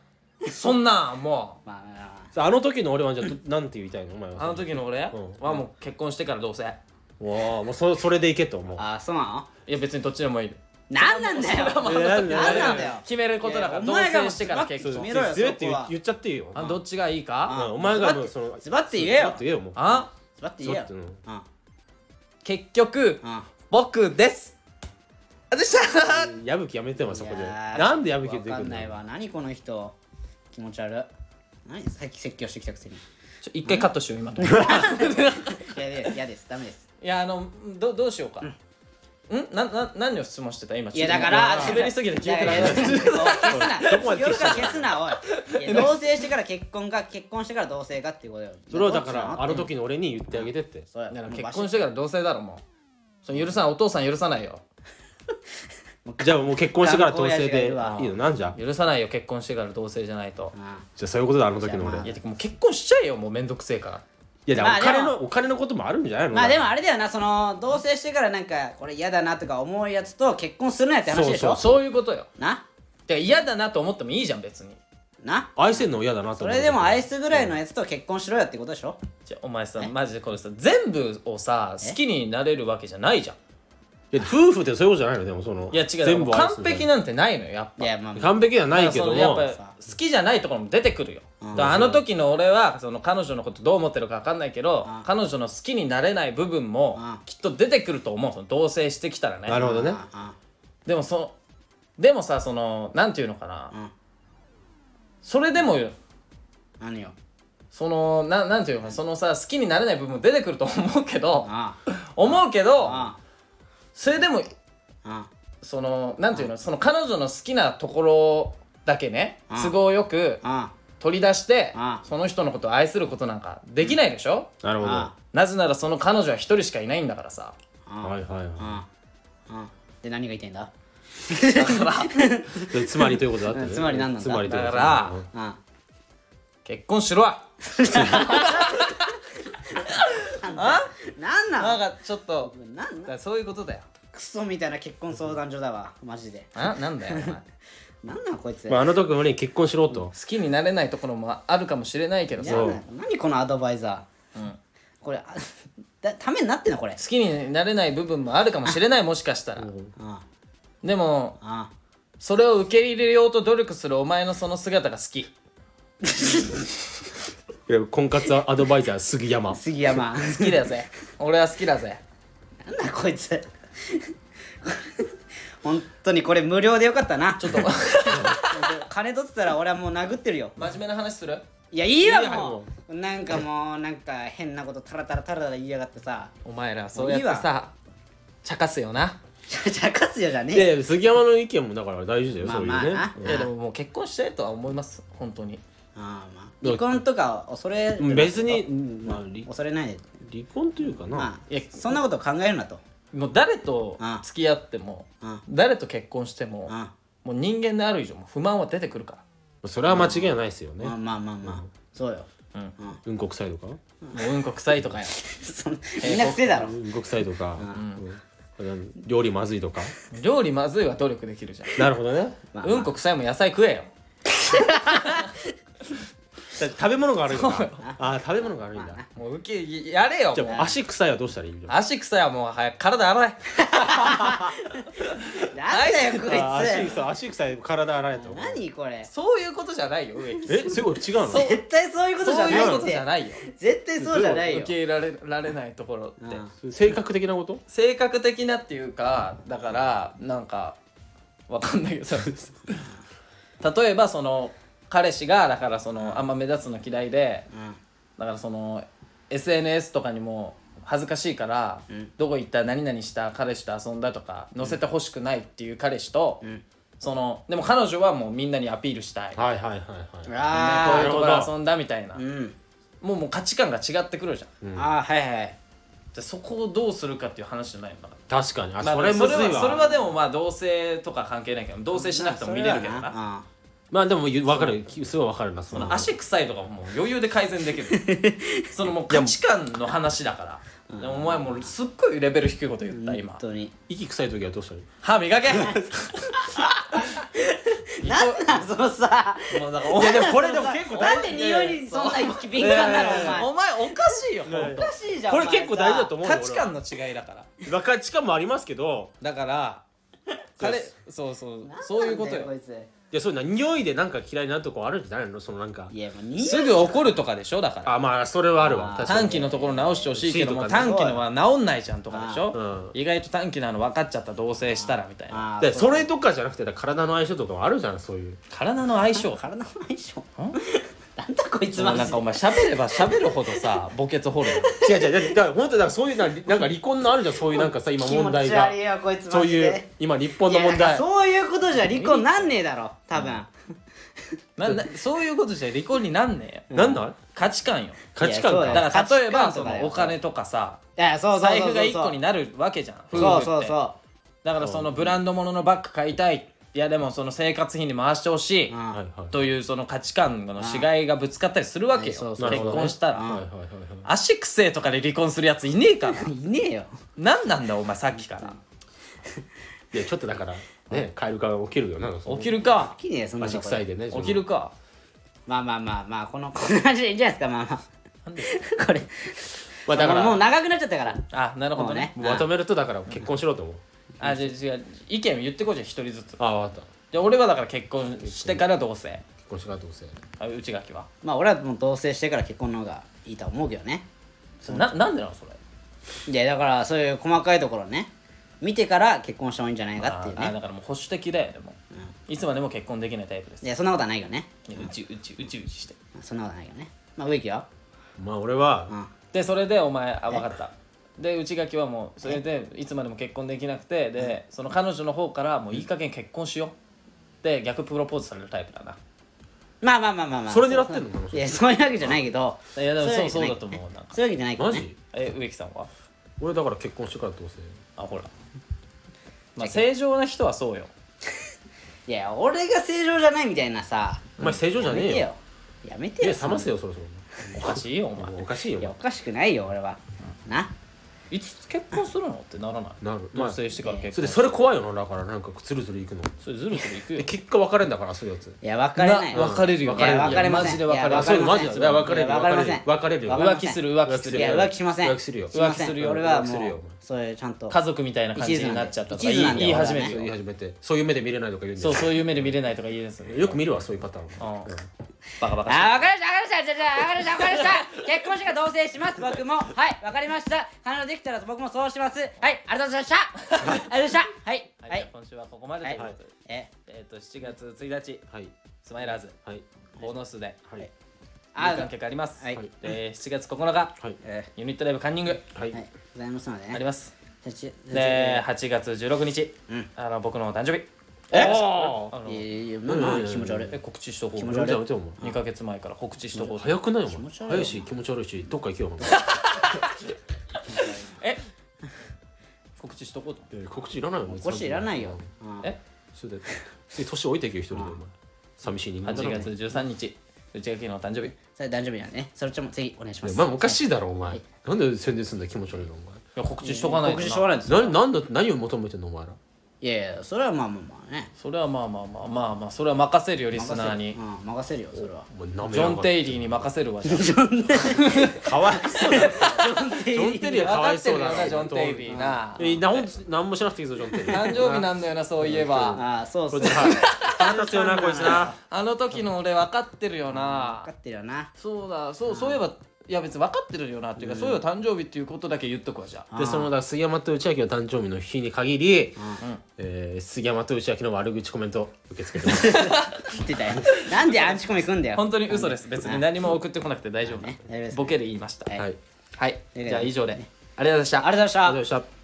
Speaker 2: そんなんも
Speaker 1: まあまあま
Speaker 3: さああの時の俺はじゃあどなんて言いたいのお前
Speaker 2: う
Speaker 3: は
Speaker 2: あの時の俺
Speaker 3: うん
Speaker 2: はもう結婚してからどうせい
Speaker 3: わあもうそそれでいけと思う
Speaker 1: ああーそうな
Speaker 2: や別にどっちでもいい
Speaker 1: のなんなんだよ
Speaker 3: いやなんで
Speaker 1: なんなんだよ
Speaker 2: 決めることだから
Speaker 1: い
Speaker 2: 同
Speaker 1: やお前が
Speaker 2: 棲してから結
Speaker 3: そうそう
Speaker 1: 決
Speaker 2: 婚
Speaker 1: めろよ
Speaker 3: 強いって言
Speaker 1: そこ
Speaker 3: う
Speaker 1: は
Speaker 3: 言っちゃっていいよ
Speaker 2: あどっちがいいか
Speaker 1: あ
Speaker 3: うんお前がもうその
Speaker 1: [LAUGHS] ズバッて言えよ
Speaker 3: ズバッて言えよもう
Speaker 2: あ
Speaker 1: ズバッて言えよ
Speaker 3: ズバッて
Speaker 1: うん
Speaker 2: 結局
Speaker 1: うん
Speaker 2: 僕ですあでした
Speaker 3: 矢吹やめてもそこで
Speaker 1: いやー
Speaker 3: なんで矢吹出てくる
Speaker 1: わか
Speaker 3: の
Speaker 1: んないわ何この人気持ち悪い何さっき説教してきたくせに
Speaker 2: ちょ一回カットしよう [LAUGHS] 今の
Speaker 1: いやいや嫌ですダメです
Speaker 2: いやあのどどうしようか、んなな何を質問してた今
Speaker 1: いやだから
Speaker 2: 滑りすぎて聞いてな
Speaker 1: ないい消すな夜から消すなおいいや同棲してから結婚か結婚してから同棲かっていうことよ
Speaker 3: それはだからあの
Speaker 1: どっち
Speaker 3: 時の俺に言ってあげてっ
Speaker 1: な
Speaker 3: て
Speaker 1: のそう
Speaker 2: いや
Speaker 1: やもう
Speaker 2: 結婚してから同棲だろもうその許さないお父さん許さないよ
Speaker 3: じゃあもう結婚してから同棲でい
Speaker 1: 頑固親
Speaker 3: い
Speaker 1: 父がいる
Speaker 3: のなんじゃ
Speaker 2: 許さないよ結婚してから同棲じゃないと
Speaker 1: バシ
Speaker 3: じゃあそういうことだあの時の俺
Speaker 1: じゃあ
Speaker 3: い
Speaker 2: い
Speaker 3: や
Speaker 2: やてかもう結婚しちゃえよもうめんどくせえから
Speaker 3: いやだ
Speaker 1: ま
Speaker 3: からお
Speaker 1: あ
Speaker 3: 金
Speaker 1: でも
Speaker 3: のお金のこともあるんじゃない
Speaker 1: うん
Speaker 3: の
Speaker 1: まあでもあれだよなその同棲してからなんかこれ嫌だなとか思うやつと結婚するなよって話でしょ
Speaker 2: そういうことよ
Speaker 1: な
Speaker 2: てか嫌だなと思ってもいいじゃん別に
Speaker 1: な
Speaker 3: 愛せんの嫌だなと
Speaker 1: そ
Speaker 3: 思う
Speaker 1: れでも愛すぐらいのやつと結婚しろよってことでしょ
Speaker 2: じゃあお前さマジでこれさ全部をさ好きになれるわけじゃないじゃん
Speaker 3: いや夫婦ってそういうことじゃないのでもその
Speaker 2: いや違うだから
Speaker 3: 全
Speaker 2: もう
Speaker 3: 部愛す
Speaker 2: 完璧なんてないのよやっぱ
Speaker 1: いやまあまあ
Speaker 3: 完璧ではないけども
Speaker 2: だからそのやっぱ好きじゃないところも出てくるよ、だからあの時の俺はその彼女のことどう思ってるか分かんないけど、
Speaker 1: うん
Speaker 2: 彼女の好きになれない部分も
Speaker 1: うん
Speaker 2: きっと出てくると思うその同棲してきたらね
Speaker 3: なるほどね
Speaker 1: あ
Speaker 2: でもそでもさそのなんていうのかな、
Speaker 1: うん
Speaker 2: それでもよ
Speaker 1: あ何よ
Speaker 2: そのななんていうのかなそのさ好きになれない部分も出てくると思うけど
Speaker 1: あ
Speaker 2: 思うけど
Speaker 1: あ
Speaker 2: それでも
Speaker 1: ああ
Speaker 2: そのなんていうのその彼女の好きなところだけね
Speaker 1: うん
Speaker 2: 都合よく
Speaker 1: あ
Speaker 2: 取り出して
Speaker 1: ああ
Speaker 2: その人のことを愛することなんかできないでしょ、
Speaker 3: なるほど
Speaker 1: あ
Speaker 2: なぜならその彼女は一人しかいないんだからさ
Speaker 1: あ
Speaker 3: はいはいは
Speaker 1: ああで何が言いたいんだ
Speaker 2: だから
Speaker 3: いでつまりということだったね
Speaker 1: うんつまり何なんだ
Speaker 3: つまりということ
Speaker 2: だから
Speaker 3: うん
Speaker 1: あ
Speaker 2: 結婚しろあ
Speaker 1: なんな
Speaker 2: なん
Speaker 1: の
Speaker 2: かちょっと
Speaker 1: なん
Speaker 2: だ
Speaker 1: な
Speaker 2: か
Speaker 1: ん
Speaker 2: らそういうことだよ
Speaker 1: クソみたいな結婚相談所だわマジで
Speaker 2: あなんだよお前好
Speaker 1: なんなのこいつ
Speaker 3: まああの時の俺に結婚しろと
Speaker 2: きになれないところもあるかもしれないけど
Speaker 1: い
Speaker 2: さ
Speaker 1: や
Speaker 2: 好
Speaker 1: な何このアドバイザー、
Speaker 2: うん
Speaker 1: これあだためになってんのこれ
Speaker 2: きになれない部分もあるかもしれないもしかしたら
Speaker 1: あ
Speaker 2: でも
Speaker 1: あ
Speaker 2: それを受け入れようと努力するお前のその姿が好き
Speaker 3: いや婚活アドバイザー杉山
Speaker 1: 杉山なん
Speaker 2: 好きだ [LAUGHS] ぜ俺は好きだぜ
Speaker 1: だこいつ本当にこれ無料でよかったなちょっと金取ってたら俺はもう殴ってるよ
Speaker 2: 真面目な話する
Speaker 1: いやいい
Speaker 3: いい
Speaker 1: わ
Speaker 3: や
Speaker 1: もうなんかもうなんか変なことタラタラタラタラ言いやがってさ
Speaker 2: お前らそうやってさ茶化すよな
Speaker 1: ちゃかすよじゃね
Speaker 3: い
Speaker 1: えよ
Speaker 3: やいや杉山の意見もだから大事だよ
Speaker 1: まあ
Speaker 3: そういうね
Speaker 1: まあない
Speaker 2: やでももう結婚したいとは思います本当に
Speaker 1: ああまあ離婚とか恐れ
Speaker 3: うん別にうんまあ離
Speaker 1: 恐れないで
Speaker 3: 離婚というかな
Speaker 1: まあ
Speaker 2: いや
Speaker 1: そんなこと考えるなと
Speaker 2: もう誰と
Speaker 1: うん
Speaker 2: 付き合っても
Speaker 1: うん
Speaker 2: 誰と結婚しても
Speaker 1: あ
Speaker 2: もう人間である以上もう不満は出てくるか
Speaker 3: それは間違いないですよね
Speaker 1: まあまあまあまあそうよ
Speaker 3: うんこ臭いとか
Speaker 2: らもううんこ臭いと [LAUGHS] かや
Speaker 1: そんみんな癖だろ
Speaker 3: うんこ臭いとかうん料理まず
Speaker 1: [LAUGHS]
Speaker 3: いとか
Speaker 2: 料理まずいは努力できるじゃん
Speaker 3: なるほどね
Speaker 1: まあ
Speaker 2: うんこ臭いも野菜食えよ
Speaker 3: だって食べ物が悪いのかあー食べ物が悪いんだ
Speaker 2: もう受けやれよ
Speaker 3: じ
Speaker 2: もう
Speaker 3: ゃあ足臭いはどうしたらいいんだよ
Speaker 2: 足臭いはもう早く体洗え
Speaker 1: なんだよこ
Speaker 3: あー
Speaker 1: いつ
Speaker 3: 足臭い足臭い体洗えと
Speaker 1: 何これ
Speaker 2: そういうことじゃないよ植木
Speaker 3: えすごい違うの
Speaker 1: 絶対そういうことじ
Speaker 2: そ
Speaker 1: ゃ
Speaker 2: う
Speaker 1: ない
Speaker 2: いう
Speaker 1: っ
Speaker 2: ことじゃ
Speaker 1: て
Speaker 2: ないよ
Speaker 1: 絶対そうじゃない
Speaker 2: 受
Speaker 1: よ
Speaker 2: け入れられられないところって
Speaker 1: うん
Speaker 3: 性格的なこと
Speaker 2: 性格的なっていうかだからなんかわかんないけど例えばその彼氏がだからそのあんま目立つの嫌いで
Speaker 1: うん
Speaker 2: だからその SNS とかにも恥ずかしいから、どこ行った何々した彼氏と遊んだとか載せてほしくないっていう彼氏と、
Speaker 1: ん
Speaker 2: そのでも彼女はもうみんなにアピールしたい、
Speaker 3: はいはいはいはい
Speaker 2: みんな
Speaker 1: あ
Speaker 2: こういうとこ
Speaker 3: なる
Speaker 2: ろ
Speaker 3: ほど
Speaker 2: 遊んだみたいな、
Speaker 1: あうん
Speaker 2: もうもう価値観が違ってくるじゃん
Speaker 3: うん
Speaker 1: ああはいはい
Speaker 2: でそこをどうするかっていう話じゃないのだか
Speaker 3: 確かにあ
Speaker 2: ら、まあ、
Speaker 3: それむずい
Speaker 2: それ
Speaker 3: わ
Speaker 2: はそれはでもまあ同性とか関係ないけど同棲しなくても見れるけどな
Speaker 1: な
Speaker 3: まあでも分かるすごい分かるなそ
Speaker 2: そ
Speaker 3: の
Speaker 2: の足臭いとかもう余裕で改善できるそのもう価値観の話だからでもお前もうすっごいレベル低いこと言った今
Speaker 1: 本当に
Speaker 3: 息臭い時はどうしたらいい
Speaker 2: 歯磨け
Speaker 1: なんなんそのさ
Speaker 2: もうだからお前
Speaker 3: でもこれでも結構
Speaker 1: なんで匂いにそんな敏感なのお前
Speaker 2: お前おかしいよ
Speaker 1: おかしいじゃん
Speaker 3: これ結構大事だと思うよ
Speaker 2: 価値観の違いだから
Speaker 3: 俺は価値観もありますけど
Speaker 2: だから彼そうそうそういうことよ
Speaker 1: こいつ
Speaker 3: いやそういうの匂いでなんか嫌いになるとこあるんじゃないのそのなんか
Speaker 1: いやもう匂い
Speaker 2: すぐ怒るとかでしょだから
Speaker 3: あまあそれはあるわ
Speaker 1: あー
Speaker 3: 確か
Speaker 2: 短
Speaker 3: に
Speaker 2: 期のところ直してほしいけども
Speaker 3: シートか
Speaker 1: ね
Speaker 2: 短期のは治んないじゃんとかでしょ、
Speaker 3: あーうん
Speaker 2: 意外と短期なの分かっちゃった同棲したらみたいな
Speaker 1: あー
Speaker 3: でそれとかじゃなくてだから体の相性とかもあるじゃんそういう
Speaker 2: 体の相性
Speaker 1: 体の相性なんだこいつ
Speaker 2: も
Speaker 1: マ
Speaker 2: う
Speaker 1: ジ
Speaker 2: なん
Speaker 1: で
Speaker 2: かお前喋れば喋るほどさ墓穴掘る
Speaker 3: 違う違うだってだから本当だからそういうななんか離婚のあるじゃんそういうなんかさ今問題
Speaker 1: 気持
Speaker 3: が
Speaker 1: ち悪いよこいつ
Speaker 3: そ
Speaker 1: マ
Speaker 3: う
Speaker 1: ジ
Speaker 3: い
Speaker 1: で
Speaker 3: う今日本の
Speaker 1: いや
Speaker 3: 問
Speaker 1: なんか
Speaker 3: 題
Speaker 1: そういうことじゃ離婚なんねえだろ多分
Speaker 2: ななそういうことじゃ離婚になんねえよ
Speaker 3: なんだ
Speaker 2: 価値観よ
Speaker 3: 価値観
Speaker 1: いやそ
Speaker 3: か
Speaker 1: う
Speaker 2: だから例えば
Speaker 1: 価値観と
Speaker 2: そ
Speaker 1: かよ
Speaker 2: のお金とかさ
Speaker 1: いやそうそうそう
Speaker 2: 財
Speaker 1: そう
Speaker 2: 布が1個になるわけじゃん夫婦って
Speaker 1: そうそうそ
Speaker 2: だからそのブランド物ののバッグ買いたいいやでもその生活費に回してほしい、
Speaker 1: ううん
Speaker 3: はいはい
Speaker 2: というその価値観の違いがぶつかったりするわけよ、
Speaker 1: はいそう
Speaker 2: 結
Speaker 1: そう
Speaker 2: 婚したら、
Speaker 1: なるほ
Speaker 3: はいはいはいはい
Speaker 2: 足くせえとかで離婚するやついねえ
Speaker 3: [LAUGHS]
Speaker 2: から
Speaker 1: いねえよ
Speaker 2: 何なんだお前さっきから
Speaker 3: いやちょっとだからねカエル化が起きるよな
Speaker 2: 起きるか
Speaker 1: きねえよそんな
Speaker 3: 足
Speaker 1: とこで
Speaker 3: 臭いでね
Speaker 2: 起きるか
Speaker 1: まあまあまあまあこの [LAUGHS] こんな感じでいいんじゃないですかまあまあこれ
Speaker 3: まあだか
Speaker 1: もう
Speaker 3: ら
Speaker 1: 長くなっちゃったから
Speaker 2: あなるほどね
Speaker 1: もうね
Speaker 3: まとめるとだから結婚しろと思う
Speaker 2: あじゃあ違う意見を言ってこいじゃん一人ずつ
Speaker 3: ああ分かった
Speaker 2: じゃあ俺はだから結婚してから同棲
Speaker 3: 結婚しろと思うせ
Speaker 2: あ内垣は
Speaker 1: まあ俺はもう同棲してから結婚の方がいいとは思うけどね
Speaker 2: それななんでなのそれ
Speaker 1: いやだからそういう細かいところね見てから結婚した方がいいんじゃないかっていう
Speaker 2: ああ
Speaker 1: ね
Speaker 2: だからもう保守的だよでも、いつまでも結婚できないタイプです
Speaker 1: いやそんなことはないよね
Speaker 2: いやうちうちうちうちして
Speaker 1: そんなことはないよねまあ植木よ
Speaker 3: まあ俺は
Speaker 1: うん
Speaker 2: でそれでお前あ分かったで内垣はもうそれでいつまでも結婚できなくてでその彼女の方からもういい加減結婚しようで逆プロポーズされるタイプだな
Speaker 1: まあまあまあまあまあ
Speaker 3: それ狙ってんの
Speaker 1: いやそういうわけじゃないけど
Speaker 2: いやでも
Speaker 1: そ
Speaker 2: そうう
Speaker 1: いうわけじゃな
Speaker 2: そう
Speaker 1: い
Speaker 2: だと思うなんか
Speaker 1: そういうわけじゃないけど
Speaker 3: マ
Speaker 1: ね
Speaker 3: ジ
Speaker 2: え植木さんは
Speaker 3: 俺だから結婚してからどうせ
Speaker 2: あほらまあ正常な人はそうよ
Speaker 1: いや俺が正常じゃないみたいなさ
Speaker 3: お前正常じゃ
Speaker 1: や
Speaker 3: ね
Speaker 1: め
Speaker 3: え
Speaker 1: て
Speaker 3: よ
Speaker 1: よやめて
Speaker 3: 目
Speaker 1: よ
Speaker 3: 覚ませよそろそ
Speaker 2: おかしいよお前
Speaker 3: ろおかしい
Speaker 1: いやお
Speaker 3: よ
Speaker 1: かしくないよ俺はない
Speaker 2: つ結婚するのってならない
Speaker 3: なる
Speaker 2: 同
Speaker 3: まあ
Speaker 2: 棲してから
Speaker 3: そ
Speaker 2: 結婚
Speaker 3: れでそれ怖いよなだからなんかつるつるいくの
Speaker 2: それずるずるいく
Speaker 3: で
Speaker 2: よ
Speaker 3: 結果別れんだからそういうやつ
Speaker 1: いや別れない
Speaker 2: な別れるよ
Speaker 1: いや別れません
Speaker 2: マジで別れる
Speaker 1: いや
Speaker 3: そういうのマ
Speaker 1: 別れ
Speaker 3: ジ
Speaker 1: ません
Speaker 3: で別れ
Speaker 1: い
Speaker 3: る
Speaker 1: や別れません
Speaker 3: 別れ
Speaker 1: 別れ
Speaker 3: るよ
Speaker 1: ません
Speaker 2: 浮気する浮気する
Speaker 1: いや浮気しません
Speaker 3: 浮気するよ
Speaker 1: しません
Speaker 2: 浮気するよ
Speaker 1: 俺は
Speaker 3: 浮気す
Speaker 1: も
Speaker 3: るよ
Speaker 1: うそういうちゃんと
Speaker 2: 家族みたいな感じになっちゃったとか言
Speaker 1: 一途なん
Speaker 2: い
Speaker 1: だよ
Speaker 2: 言い始め
Speaker 3: そう
Speaker 2: る
Speaker 3: 言い
Speaker 2: よ
Speaker 3: 始めてそういう目で見れないとか言うんだ
Speaker 2: そ
Speaker 3: よ
Speaker 2: うそういう目で見れないとか言いですよ
Speaker 3: よく見るわそういうパターン
Speaker 2: うんバカバカしい
Speaker 1: あ、わかりました、わかりました、じゃあ、わかりました、わかりました。結婚式が同棲します、僕も。はい、わかりました。彼女できたら僕もそうします。はい、ありがとうございました。ありがとうございました。はい、
Speaker 2: はい、
Speaker 1: は
Speaker 2: じゃあ
Speaker 1: い、
Speaker 2: 今週はここまでと
Speaker 1: はいいう
Speaker 2: ことで、
Speaker 1: え、
Speaker 2: えっ、と7月1日
Speaker 3: はい
Speaker 2: スマイラーズ
Speaker 3: はい
Speaker 2: ボーノスで
Speaker 3: はい
Speaker 1: あ
Speaker 2: 有観客あります、
Speaker 1: はい
Speaker 2: で7月9日
Speaker 3: はい
Speaker 1: え
Speaker 2: ユニットライブカンニング
Speaker 3: は
Speaker 1: ー、はいい、ございますのでね。
Speaker 2: あります
Speaker 1: す。ち
Speaker 2: で8月16日、
Speaker 1: うん
Speaker 2: あの僕の誕生日
Speaker 3: え
Speaker 2: あの
Speaker 1: いやいや、まあまあ、気持ち悪い
Speaker 2: え。告知しとこう
Speaker 1: 持ち悪い
Speaker 3: じゃあじゃあお前
Speaker 2: 2ヶ月前から告知しとこう
Speaker 3: 早くないお前
Speaker 1: 持ち悪いよ
Speaker 3: 早いし気持ち悪いしどっか行けよお
Speaker 1: [LAUGHS]
Speaker 3: 前
Speaker 2: え告知しとこうと思って
Speaker 3: いや告知いらないよ
Speaker 1: こしいらないよ。うん
Speaker 2: え
Speaker 3: それで次年老いていけよ一人でお前寂しい人間だな
Speaker 2: 8月13日内垣の誕生日
Speaker 1: それ大丈夫なんでね。それちょも次お願いしま
Speaker 3: いや
Speaker 1: す。
Speaker 3: まあおかしいだろお前なんで宣伝すんだよ気持ち悪いのお
Speaker 2: いや告知しとかないと
Speaker 1: 告知しょうがないです。
Speaker 3: 前何何だ何を求めてんのお前ら
Speaker 1: いやいや、それはまあまあまあね。
Speaker 2: それはまあまあまあまあまあそれは任せるよリスナーに
Speaker 1: うん、任せるよ、それは。
Speaker 3: お前舐めやがって
Speaker 2: ジョン・テイリーに任せるわじゃあ
Speaker 3: かわいそうだろジョン・テリーはかわいそうだ
Speaker 2: わかってるよなジョン・テイ
Speaker 3: ー
Speaker 2: ビーな
Speaker 3: なほんと何もしなくていいぞジョン・テリー
Speaker 2: 誕生日なんだよなそういえば
Speaker 1: ああ、そうそ
Speaker 3: こいうつ。はい腹立つよなこいつな
Speaker 2: あの時の俺分かってるよ
Speaker 1: 分か
Speaker 2: な
Speaker 1: ってるよな。
Speaker 2: そうだそうそういえばいや別に分かってるよなっていうかそういえば誕生日っていうことだけ言っとくわじゃあ
Speaker 3: でそのだから杉山と内明の誕生日の日に限り、えー杉山と内明の悪口コメント受け付けてます
Speaker 1: 言ってたよ。なんでアンチコミくんだよ。
Speaker 2: 本当に嘘です別に何も送ってこなくて大丈夫
Speaker 1: ね大丈夫です
Speaker 2: ボケで言いました
Speaker 1: はい
Speaker 3: はい
Speaker 2: はい
Speaker 1: ね
Speaker 2: じゃあ以上でありがとうございました
Speaker 1: ありがとうございました
Speaker 3: ありがとうございました